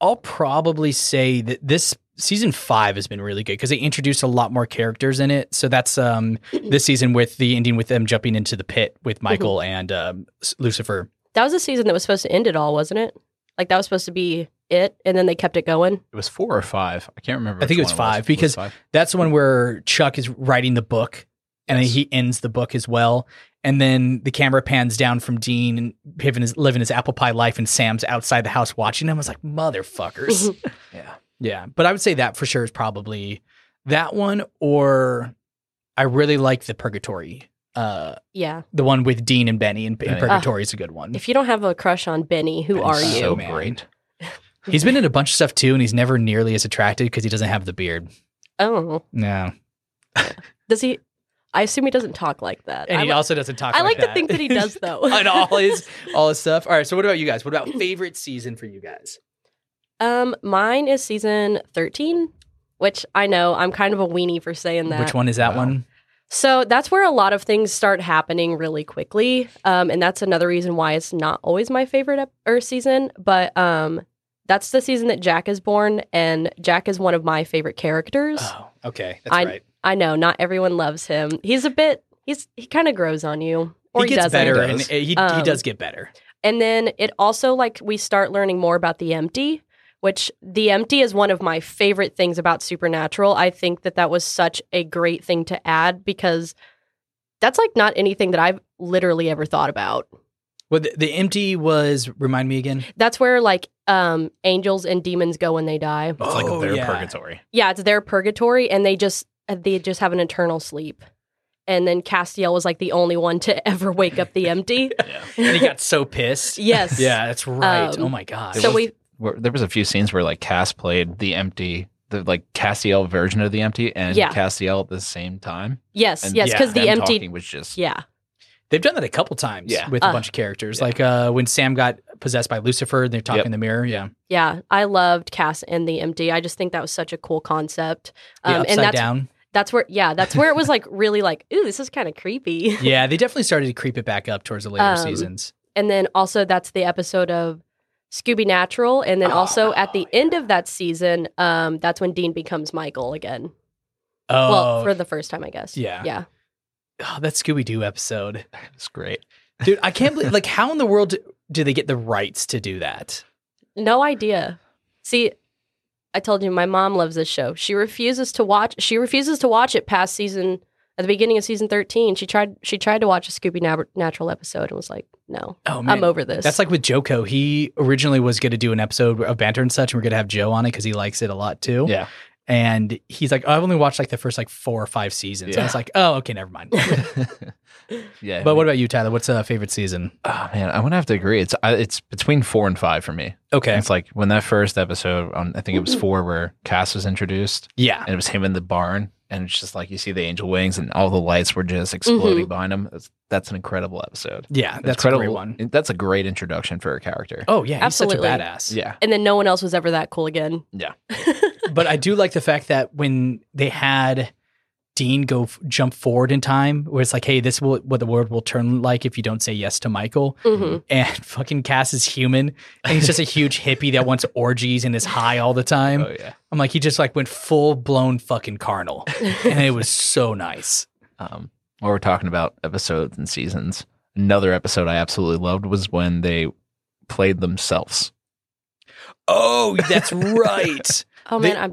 A: I'll probably say that this season five has been really good because they introduced a lot more characters in it. So that's um this season with the ending with them jumping into the pit with Michael and um, S- Lucifer.
C: That was a season that was supposed to end it all, wasn't it? Like that was supposed to be it, and then they kept it going.
B: it was four or five. I can't remember.
A: I think
B: which
A: it was
B: one
A: five, because-
B: five.
A: That's the one where Chuck is writing the book and then
B: Yes.
A: he ends the book as well. And then the camera pans down from Dean and living his, living his apple pie life, and Sam's outside the house watching him. I was like, motherfuckers.
B: yeah,
A: Yeah, but I would say that for sure is probably that one, or I really like the Purgatory. Uh,
C: Yeah.
A: the one with Dean and Benny in, in
B: Benny.
A: Purgatory is a good one.
C: If you don't have a crush on Benny, who
B: Benny's
C: are you?
B: So
A: Man.
B: great.
A: he's been in a bunch of stuff too, and he's never nearly as attracted because he doesn't have the beard.
C: Oh,
A: No,
C: does he? I assume he doesn't talk like that.
A: and
C: I,
A: he
C: li-
A: also doesn't talk.
C: I
A: like
C: like to think that he does, though.
A: and all his all his stuff. All right, so what about you guys? What about favorite season for you guys?
C: Um, mine is season thirteen, which I know I'm kind of a weenie for saying that.
A: Which one is that
B: Wow.
A: one?
C: So that's where a lot of things start happening really quickly, um, and that's another reason why it's not always my favorite ep- or season. But um, that's the season that Jack is born, and Jack is one of my favorite characters.
A: Oh, okay, that's
C: I-
A: right.
C: I know not everyone loves him. He's a bit. He's he kind of grows on you, or
A: he
C: he,
A: gets
C: doesn't.
A: better,
B: He
A: and
B: does.
A: he, he
C: Um,
A: does get better.
C: And then it also like we start learning more about the empty, which The Empty is one of my favorite things about Supernatural. I think that that was such a great thing to add because that's like not anything that I've literally ever thought about.
A: Well, the, the empty was remind me again.
C: That's where like um angels and demons go when they die.
B: It's like
A: Oh,
B: their
A: yeah.
B: purgatory.
C: Yeah, it's their purgatory and they just they just have an eternal sleep. And then Castiel was like the only one to ever wake up the empty.
B: Yeah.
A: And he got so pissed.
C: yes.
A: Yeah, that's right.
C: Um,
A: oh my god.
C: So we
B: Where, there was a few scenes where like Cass played the empty, the like Castiel version of the empty, and
C: Yeah.
B: Castiel at the same time.
C: yes,
B: And
C: yes,
A: yeah,
C: because the
B: Them
C: empty
B: talking was just
C: Yeah.
A: They've done that a couple times
B: Yeah.
A: with a
C: Uh,
A: bunch of characters.
B: yeah.
A: Like uh, when Sam got possessed by Lucifer and they're talking
B: Yep.
A: in the mirror.
C: Um,
A: Yeah.
C: Yeah. I loved Cass and the empty. I just think that was such a cool concept. Um,
A: The upside
C: and that's
A: down.
C: that's where yeah, that's where it was like really like, ooh, this is kind of creepy.
A: yeah, they definitely started to creep it back up towards the later
C: Um,
A: seasons.
C: and then also that's the episode of Scooby Natural, and then
A: Oh,
C: also at the
A: yeah.
C: end of that season, um, that's when Dean becomes Michael again.
A: Oh,
C: well, for the first time, I guess.
A: Yeah.
C: yeah,
A: oh that Scooby Doo episode.
B: it's great.
A: Dude, I can't believe, like, how in the world do, do they get the rights to do that?
C: no idea. See, I told you my mom loves this show. She refuses to watch. She refuses to watch it past season at the beginning of season thirteen. She tried. She tried to watch a Scooby Nab- Natural episode and was like, "No,
A: Oh, man.
C: I'm over this."
A: That's like with Joko. He originally was going to do an episode of Banter and such, and we're going to have Joe on it because he likes it a lot too.
B: Yeah.
A: And he's like, oh, I've only watched like the first like four or five seasons. And I was like, oh, okay, never mind.
B: yeah.
A: but what about you, Tyler? What's a uh, favorite season?
B: Oh man, I'm gonna have to agree. It's I, it's between four and five for me.
A: Okay.
B: It's like when that first episode, on, I think it was four, where Cass was introduced,
A: Yeah.
B: and it was him in the barn, and it's just like you see the angel wings, and all the lights were just
A: Mm-hmm.
B: exploding behind him. That's, that's an incredible episode.
A: Yeah. That's
B: incredible.
A: a great one.
B: That's a great introduction for a character.
A: Oh, yeah. He's
C: Absolutely.
A: such a badass.
B: Yeah,
C: and then no one else was ever that cool again.
A: but I do like the fact that when they had Dean go f- jump forward in time, where it's like, hey, this will what the world will turn like if you don't say yes to Michael.
C: Mhm.
A: And fucking Cass is human, and he's just a huge hippie that wants orgies and is high all the time.
B: oh yeah.
A: I'm like, he just like went full blown fucking carnal, and it was so nice.
B: um, while we're talking about episodes and seasons, another episode I absolutely loved was when they played themselves.
A: Oh, that's right.
C: Oh
A: They-
C: man, I'm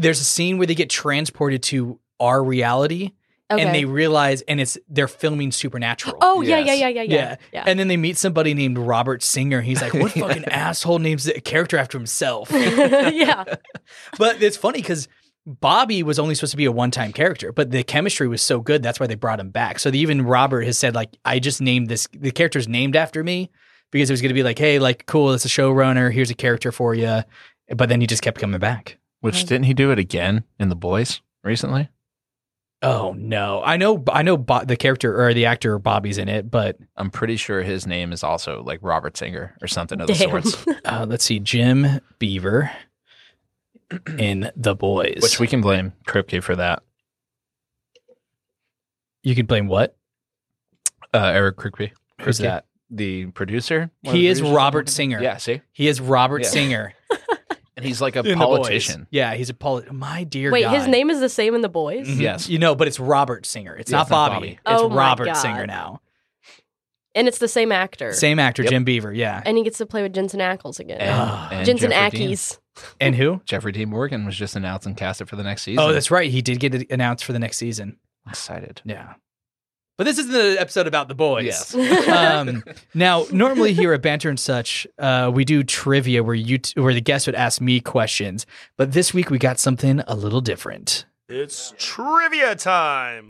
A: There's a scene where they get transported to our reality,
C: Okay.
A: and they realize, and it's they're filming Supernatural.
C: oh yeah,
B: Yes.
C: yeah, yeah, yeah,
A: Yeah.
C: yeah, yeah.
A: And then they meet somebody named Robert Singer. He's like, what fucking asshole names a character after himself?
C: yeah.
A: But it's funny because Bobby was only supposed to be a one time character, but the chemistry was so good. That's why they brought him back. So the, even Robert has said, like, I just named this, the character's named after me because it was going to be like, hey, like, cool, it's a showrunner. Here's a character for you. But then he just kept coming back.
B: Which
C: Right.
B: didn't he do it again in The Boys recently?
A: Oh no! I know, I know. Bo- the character or the actor Bobby's in it, but
B: I'm pretty sure his name is also like Robert Singer or something of the
C: Damn.
B: sorts.
A: uh, let's see, Jim Beaver in The Boys.
B: Which we can blame Kripke for that.
A: you could blame what?
B: Uh, Eric Kripke.
A: Who's
B: Kripke.
A: that?
B: The producer. One of
A: He
B: the
A: is
B: producers?
A: Robert Singer.
B: Yeah, see?
A: He is Robert
B: Yeah.
A: Singer,
B: And he's like a
A: in The Boys.
B: politician.
A: Yeah, he's a politician. My dear
C: Wait,
A: God.
C: his name is the same in the boys.
A: Mhm.
B: Mm-hmm. Yes.
A: you know, but it's Robert Singer. It's
B: Yeah,
A: not
B: it's not
A: Bobby.
B: Bobby.
A: It's
C: Oh my
A: Robert
C: God.
A: Singer now.
C: And it's the same actor.
A: Same actor,
B: Yep.
A: Jim Beaver. Yeah,
C: And he gets to play with Jensen Ackles again.
A: Ah.
C: Jensen
B: Jeffrey Dean-
C: Ackles.
A: and who?
B: Jeffrey Dean Morgan was just announced and casted for the next season.
A: Oh, that's right. He did get it announced for the next season.
B: excited.
A: Yeah, but this isn't an episode about the boys.
B: Yes.
A: um, now, normally here at Banter and such, uh, we do trivia where you t- where the guest would ask me questions, but this week we got something a little different.
D: It's trivia time.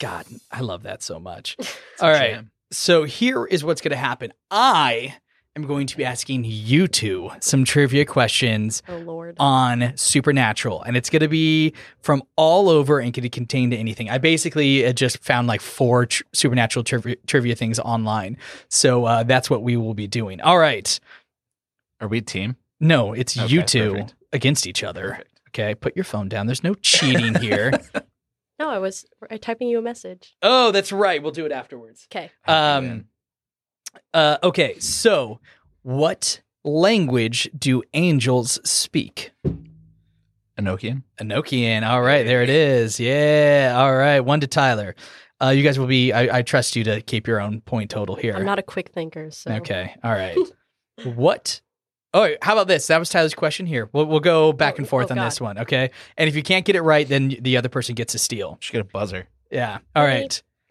A: God, I love that so much. All right. So here is what's going to happen. I am going to be asking you two some trivia questions
C: Oh Lord.
A: on Supernatural, and it's going to be from all over and could contain to anything. I basically uh, just found like four tr- Supernatural trivia trivia things online, so uh, that's what we will be doing. All right.
B: Are we a team?
A: No, it's you
B: Okay,
A: two
B: perfect.
A: against each other. Okay, put your phone down. There's no cheating here.
C: No, I was uh, typing you a message.
A: oh, that's right. We'll do it afterwards.
C: Okay.
A: Um, uh, okay, so what language do angels speak?
B: Enochian.
A: Enochian. All right, there it is. Yeah. All right, one to Tyler. Uh, you guys will be. I, I trust you to keep your own point total here.
C: I'm not a quick thinker, so
A: Okay. All right. what? Oh, how about this? That was Tyler's question here. We'll, we'll go back
C: Oh,
A: and forth
C: oh,
A: on this
C: God.
A: one, okay? And if you can't get it right, then the other person gets a steal.
B: Should get a buzzer.
A: Yeah. All
C: Right.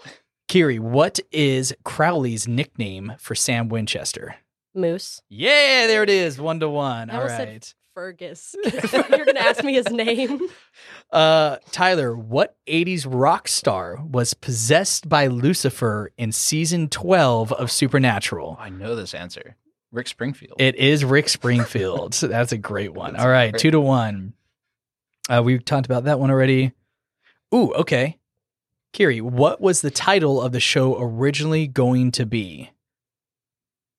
A: right. Kiri, what is Crowley's nickname for Sam Winchester?
C: Moose
A: Yeah, there it is. One to one.
C: I
A: All
C: almost said-
A: right.
C: Fergus. You're gonna ask me his name.
A: Uh, Tyler, what 80s rock star was possessed by Lucifer in season 12 of Supernatural?
B: Oh, I know this answer. Rick Springfield.
A: It is Rick Springfield. So That's a great one.
B: That's
A: All right,
B: great.
A: two to one. Uh, we talked about that one already. Ooh, okay. Kiri, what was the title of the show originally going to be?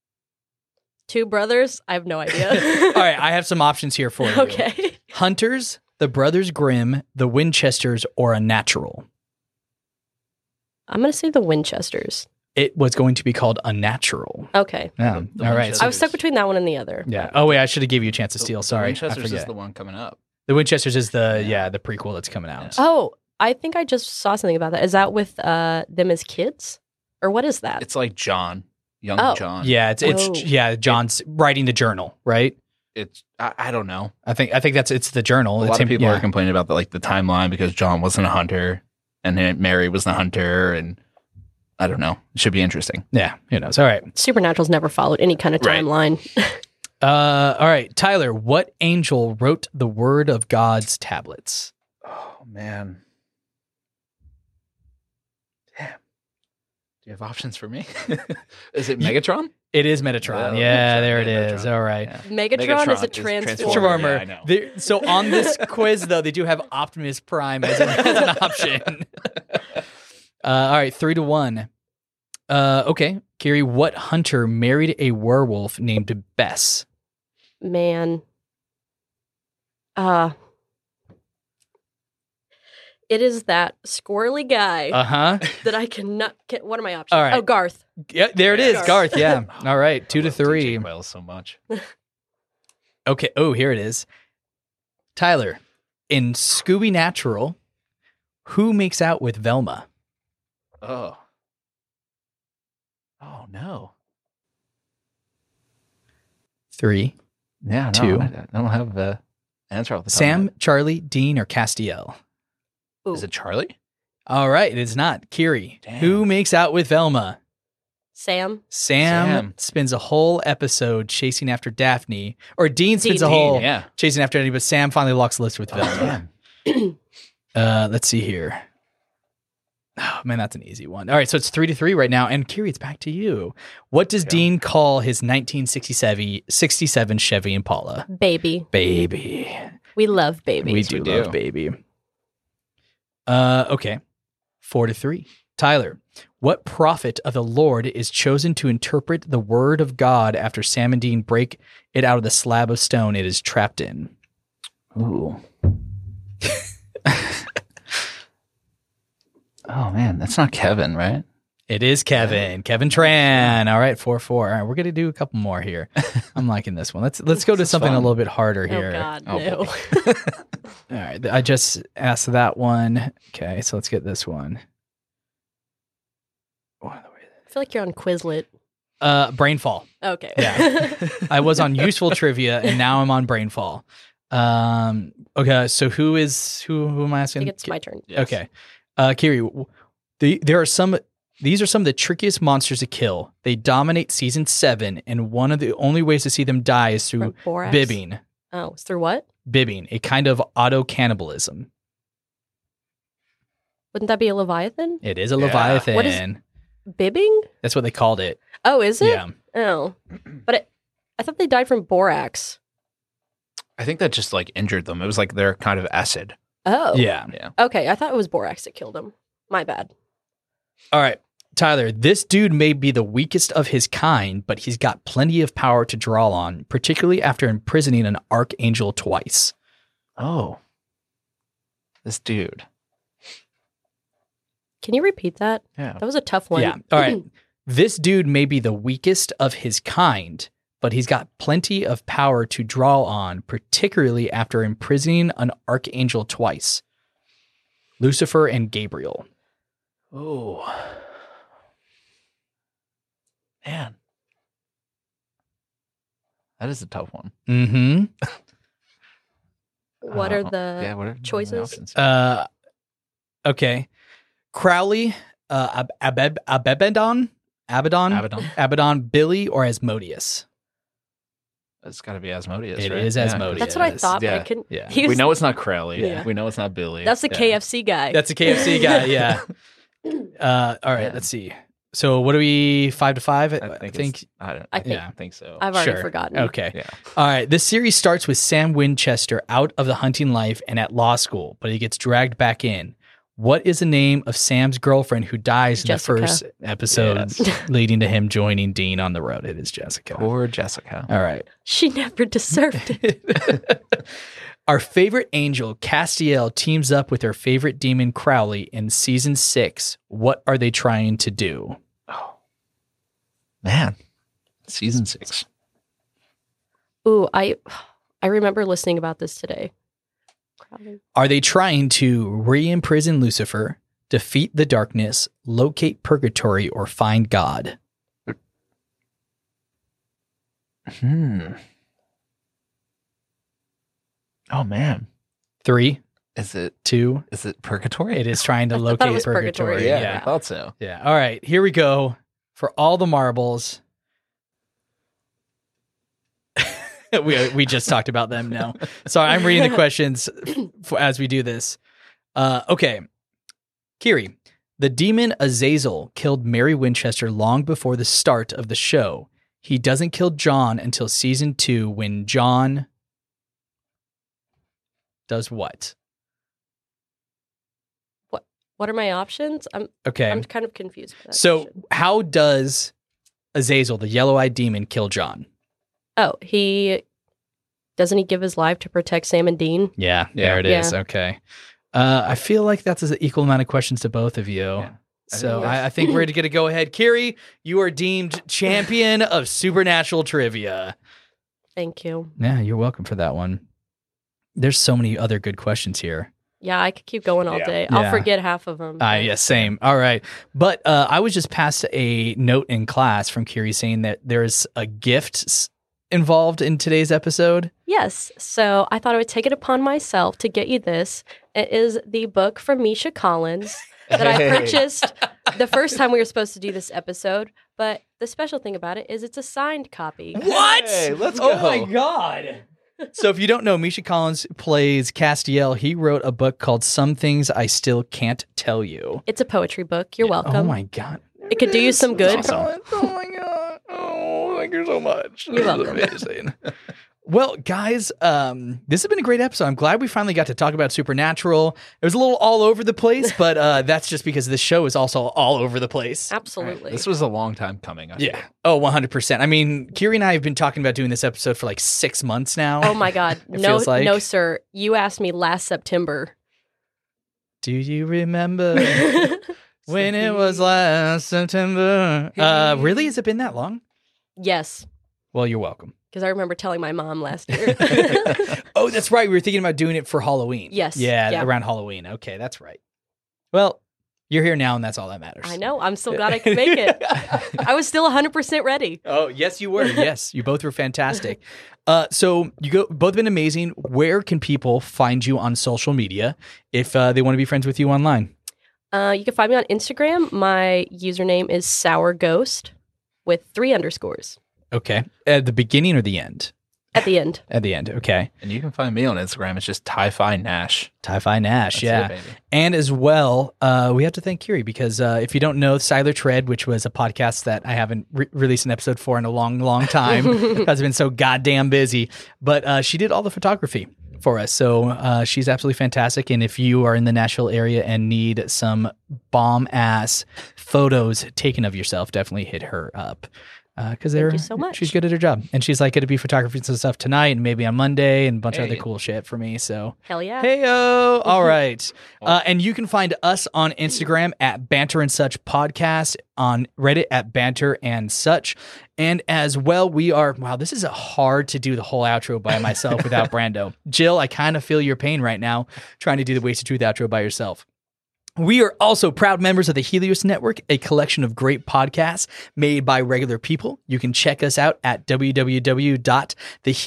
C: Two brothers? I have no idea.
A: All right, I have some options here for you.
C: Okay.
A: Hunters, the Brothers Grimm, the Winchesters, or a natural.
C: I'm gonna say the Winchesters.
A: It was going to be called Unnatural.
C: Okay.
B: yeah.
A: all right,
C: I was stuck between that one and the other.
A: Yeah. Oh wait, I should have gave you a chance to
B: The-
A: steal.
B: the
A: Sorry, I
B: Winchester's is
A: forget.
B: the one coming up.
A: The Winchesters is the
B: Yeah.
A: yeah the prequel that's coming out.
C: Oh, I think I just saw something about that. Is that with uh, them as kids, or what is that?
B: It's like John, young
C: Oh.
B: John.
A: Yeah, it's it's
C: Oh.
A: yeah. John's writing the journal, right?
B: It's I, I don't know.
A: I think I think that's it's the journal.
B: A
A: It's
B: lot
A: him-
B: of people
A: yeah.
B: are complaining about the, like the timeline because John wasn't a hunter and then Mary was the hunter, and I don't know. It should be interesting.
A: yeah, who knows? All right,
C: Supernatural's never followed any kind of
B: Right.
C: timeline.
A: uh, all right, Tyler. What angel wrote the Word of God's tablets?
B: Oh man. Damn. Do you have options for me? is it Megatron?
A: It is Metatron.
B: Oh,
A: yeah,
B: Metatron,
A: there it
B: yeah,
A: is.
B: Metatron.
A: All right.
B: Yeah.
C: Megatron, is a transformer.
B: Transformer,
A: Transformer.
B: yeah, I know.
A: They- so on this quiz, though, they do have Optimus Prime as, an- as an option. Uh, all right, three to one. Uh, okay, Kiri. What hunter married a werewolf named Bess?
C: Man, uh, it is that squirrely guy
A: Uh huh.
C: that I cannot. Get, what are my options?
A: All right.
C: Oh, Garth.
A: Yeah, there it is,
D: Garth.
A: Garth. Yeah. All right, two
B: I
A: to
B: love DJ
A: three.
B: Wells so much.
A: Okay. Oh, here it is. Tyler, in Scooby Natural, who makes out with Velma?
B: Oh. Oh no.
A: Three.
B: Yeah. no,
A: Two.
B: I, I don't have uh, the answer off the top of my
A: Sam,
B: head.
A: Charlie, Dean, or Castiel?
C: Ooh,
B: Is it Charlie?
A: All right, it is not. Kiri,
B: Damn.
A: who makes out with Velma?
C: Sam.
A: Sam,
B: Sam.
A: spends a whole episode chasing after Daphne, or Dean spends
C: Dean.
A: a whole
B: Yeah.
A: chasing after Eddie, but Sam finally locks lips
B: Oh,
A: with Velma. Uh, let's see here. Oh man, that's an easy one. All right, so it's three to three right now. And Kiri, it's back to you. What does
B: Yeah.
A: Dean call his 1967 67 Chevy Impala?
C: Baby.
A: Baby.
C: We love baby.
A: We
B: we
A: do
B: do.
A: love baby. Uh, okay, four to three. Tyler, what prophet of the Lord is chosen to interpret the word of God after Sam and Dean break it out of the slab of stone it is trapped in?
B: Ooh. oh man, that's not Kevin, right?
A: It is Kevin. Kevin Tran. All right, four four. All right, we're gonna do a couple more here. I'm liking this one. Let's let's go to
B: This is
A: something a
B: fun.
A: little bit harder
C: Oh
A: here.
C: God,
B: Oh,
C: no.
B: boy.
A: All right, th- I just asked that one. Okay, so let's get this one.
C: I feel like you're on Quizlet.
A: Uh, brainfall.
C: Okay.
A: Yeah. I was on useful trivia, and now I'm on brainfall. Um. Okay. So who is who? Who am I
C: I
A: asking?
C: think it's my turn.
B: Yes.
A: Okay. Uh, Kiri, w- the, there are some. These are some of the trickiest monsters to kill. They dominate season seven, and one of the only ways to see them die is through
C: From Borax.
A: bibbing.
C: Oh, it's through what?
A: Bibbing, a kind of auto cannibalism.
C: Wouldn't that be a Leviathan?
A: It is a
B: Yeah.
A: leviathan.
C: What is- Bibbing?
A: That's what they called it.
C: Oh, is it?
A: Yeah.
C: Oh, but it, I thought they died from borax.
B: I think that just like injured them. It was like their kind of acid.
C: Oh,
A: Yeah.
C: Okay, I thought it was borax that killed him. My bad.
A: All right, Tyler, this dude may be the weakest of his kind, but he's got plenty of power to draw on, particularly after imprisoning an archangel twice.
B: Oh. This dude.
C: Can you repeat that?
B: Yeah.
C: That was a tough one.
A: Yeah. All right. This dude may be the weakest of his kind, but he's got plenty of power to draw on, particularly after imprisoning an archangel twice Lucifer and Gabriel.
B: Oh. Man. That is a tough one.
A: Mm hmm.
C: What
B: Uh,
C: are the?
B: yeah, what are the
C: choices?
B: options?
A: Uh, okay. Crowley, uh, Ab- Abeb- Abebedon, Abaddon,
B: Abaddon.
A: Abaddon, Billy, or Asmodeus.
B: It's got to be Asmodeus.
A: It
B: It
A: is
B: is
A: Asmodeus.
C: That's what I
A: Yes,
C: thought. But
B: Yeah.
C: I couldn't.
A: Yeah.
C: He
B: we
C: was-
B: know it's not Crowley.
C: Yeah.
B: We know it's not Billy.
C: That's the
B: Yeah.
C: KFC guy.
A: That's a KFC guy. Yeah. Uh, all right.
B: Yeah.
A: Let's see. So what are we? Five to five.
B: I think.
A: I
B: it's-
A: think
B: I don't.
C: I
B: I
C: think-
B: think. think so.
C: I've already
A: Sure.
C: forgotten.
A: Okay.
B: Yeah.
A: All right. This series starts with Sam Winchester out of the hunting life and at law school, but he gets dragged back in. What is the name of Sam's girlfriend who dies
C: Jessica.
A: in the first episode, leading to him joining Dean on the road? It is Jessica.
B: Poor Jessica.
A: All right.
C: She never deserved it.
A: Our favorite angel, Castiel, teams up with her favorite demon, Crowley, in season six. What are they trying to do?
B: Man. Season six.
C: Ooh, I, I remember listening about this today. Crowley.
A: Are they trying to re imprison Lucifer, defeat the darkness, locate purgatory, or find God?
B: Hmm. Oh man.
A: Three,
B: Is it?
A: two,
B: Is it purgatory? Oh,
A: it is trying to
C: thought it
A: locate
C: was
A: purgatory.
C: purgatory.
B: Yeah, I
A: yeah.
B: thought so.
A: Yeah. All right. Here we go for all the marbles. we we just talked about them now. Sorry, I'm reading the questions f- as we do this. Uh, okay. Kiri, the demon Azazel killed Mary Winchester long before the start of the show. He doesn't kill John until season two when John does what?
C: What are my options? I'm
A: Okay.
C: I'm kind of confused. With that
A: so,
C: question.
A: how does Azazel, the yellow eyed demon, kill John?
C: oh, he doesn't he give his life to protect Sam and Dean?
A: Yeah,
B: Yeah.
A: there it
C: Yeah.
A: is. Okay. Uh, I feel like that's an equal amount of questions to both of you.
B: Yeah. I
A: So
B: think
A: I, I think we're going to go ahead. Kiri, you are deemed champion of supernatural trivia.
C: Thank you.
A: Yeah, you're welcome for that one. There's so many other good questions here.
C: Yeah, I could keep going all
D: Yeah.
C: day.
A: Yeah.
C: I'll forget half of them.
A: Ah, yeah, same. All right. But uh, I was just passed a note in class from Kiri saying that there is a gift s- involved in today's episode.
C: Yes. So I thought I would take it upon myself to get you this. It is the book from Misha Collins that I
B: Hey.
C: purchased the first time we were supposed to do this episode. But the special thing about it is it's a signed copy.
A: What?
B: Hey, let's
A: oh
B: go.
A: my god. so if you don't know, Misha Collins plays Castiel. He wrote a book called Some Things I Still Can't Tell You.
C: It's a poetry book. You're welcome.
A: Oh my god.
C: It could do you some good.
A: That's awesome.
B: Oh my god. Oh, thank you so much.
C: You're welcome.
A: Amazing. Well, guys, um, this has been a great episode. I'm glad we finally got to talk about Supernatural. It was a little all over the place, but uh, that's just because this show is also all over the place.
C: Absolutely.
B: This was a long time coming. I
A: Yeah.
B: feel.
A: Oh, 100%. I mean, Kiri and I have been talking about doing this episode for like six months now.
C: oh my God.
A: It
C: No,
A: feels like-
C: no, sir. You asked me last September.
A: Do you remember? When it was last September. Uh, really? Has it been that long?
C: yes.
A: Well, you're welcome.
C: Because I remember telling my mom last year.
A: oh, that's right. We were thinking about doing it for Halloween.
C: Yes.
A: Yeah,
C: Yeah.
A: around Halloween. Okay, that's right. Well, you're here now, and that's all that matters.
C: I know. I'm so glad I could make it. I was still 100% ready.
A: oh, yes, you were. Yes, you both were fantastic. Uh, so you go both been amazing. Where can people find you on social media if uh, they want to be friends with you online?
C: Uh, you can find me on Instagram. My username is Sour Ghost with three underscores
A: Okay, at the beginning or the end?
C: at the end.
A: At the end. Okay,
B: And you can find me on Instagram. It's just Ty Fi Nash.
A: Ty Fi Nash.
B: That's
A: yeah.
B: it, baby.
A: And as well, uh, we have to thank Kiri because uh, if you don't know, Siler Tread, which was a podcast that I haven't re- released an episode for in a long, long time, has been so goddamn busy. But uh, she did all the photography for us. So uh, she's absolutely fantastic. And if you are in the Nashville area and need some bomb ass photos taken of yourself, definitely hit her up. because
C: Thank
A: they're
C: you so much.
A: she's good at her job, and she's like going to be photography and stuff tonight, and maybe on Monday, and a bunch of other
B: Hey.
A: cool shit for me. So
C: Hell yeah.
A: hey yo, all right, uh, and you can find us on Instagram at banter and such podcast, on Reddit at banter and such, and as well we are. Wow, this is a hard to do the whole outro by myself without Brando. Jill, I kind of feel your pain right now trying to do the Wasted Truth outro by yourself. We are also proud members of the Helios Network, a collection of great podcasts made by regular people. You can check us out at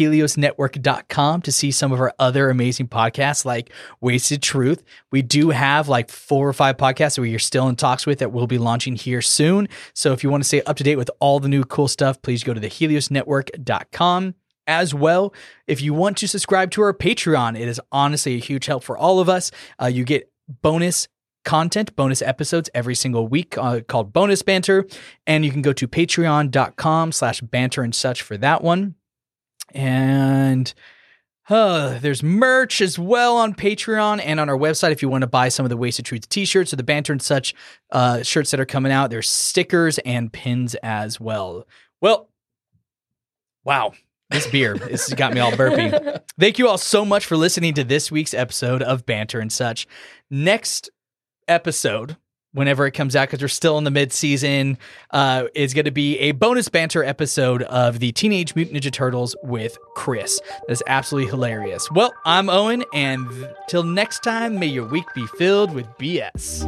A: www.theheliosnetwork.com to see some of our other amazing podcasts like Wasted Truth. We do have like four or five podcasts that we are still in talks with that we'll be launching here soon. So if you want to stay up to date with all the new cool stuff, please go to theheliosnetwork.com. As well, if you want to subscribe to our Patreon, it is honestly a huge help for all of us. Uh, you get bonus content, bonus episodes every single week uh, called Bonus Banter. And you can go to patreon.com slash banter and such for that one. And uh, there's merch as well on Patreon and on our website if you want to buy some of the Wasted Truth t-shirts or the banter and such uh, shirts that are coming out. There's stickers and pins as well. Well, wow. This beer has got me all burpy. Thank you all so much for listening to this week's episode of Banter and Such. Next episode, whenever it comes out, because we're still in the mid season, uh, is going to be a bonus banter episode of the Teenage Mutant Ninja Turtles with Chris. That's absolutely hilarious. Well, I'm Owen, and till next time, may your week be filled with BS.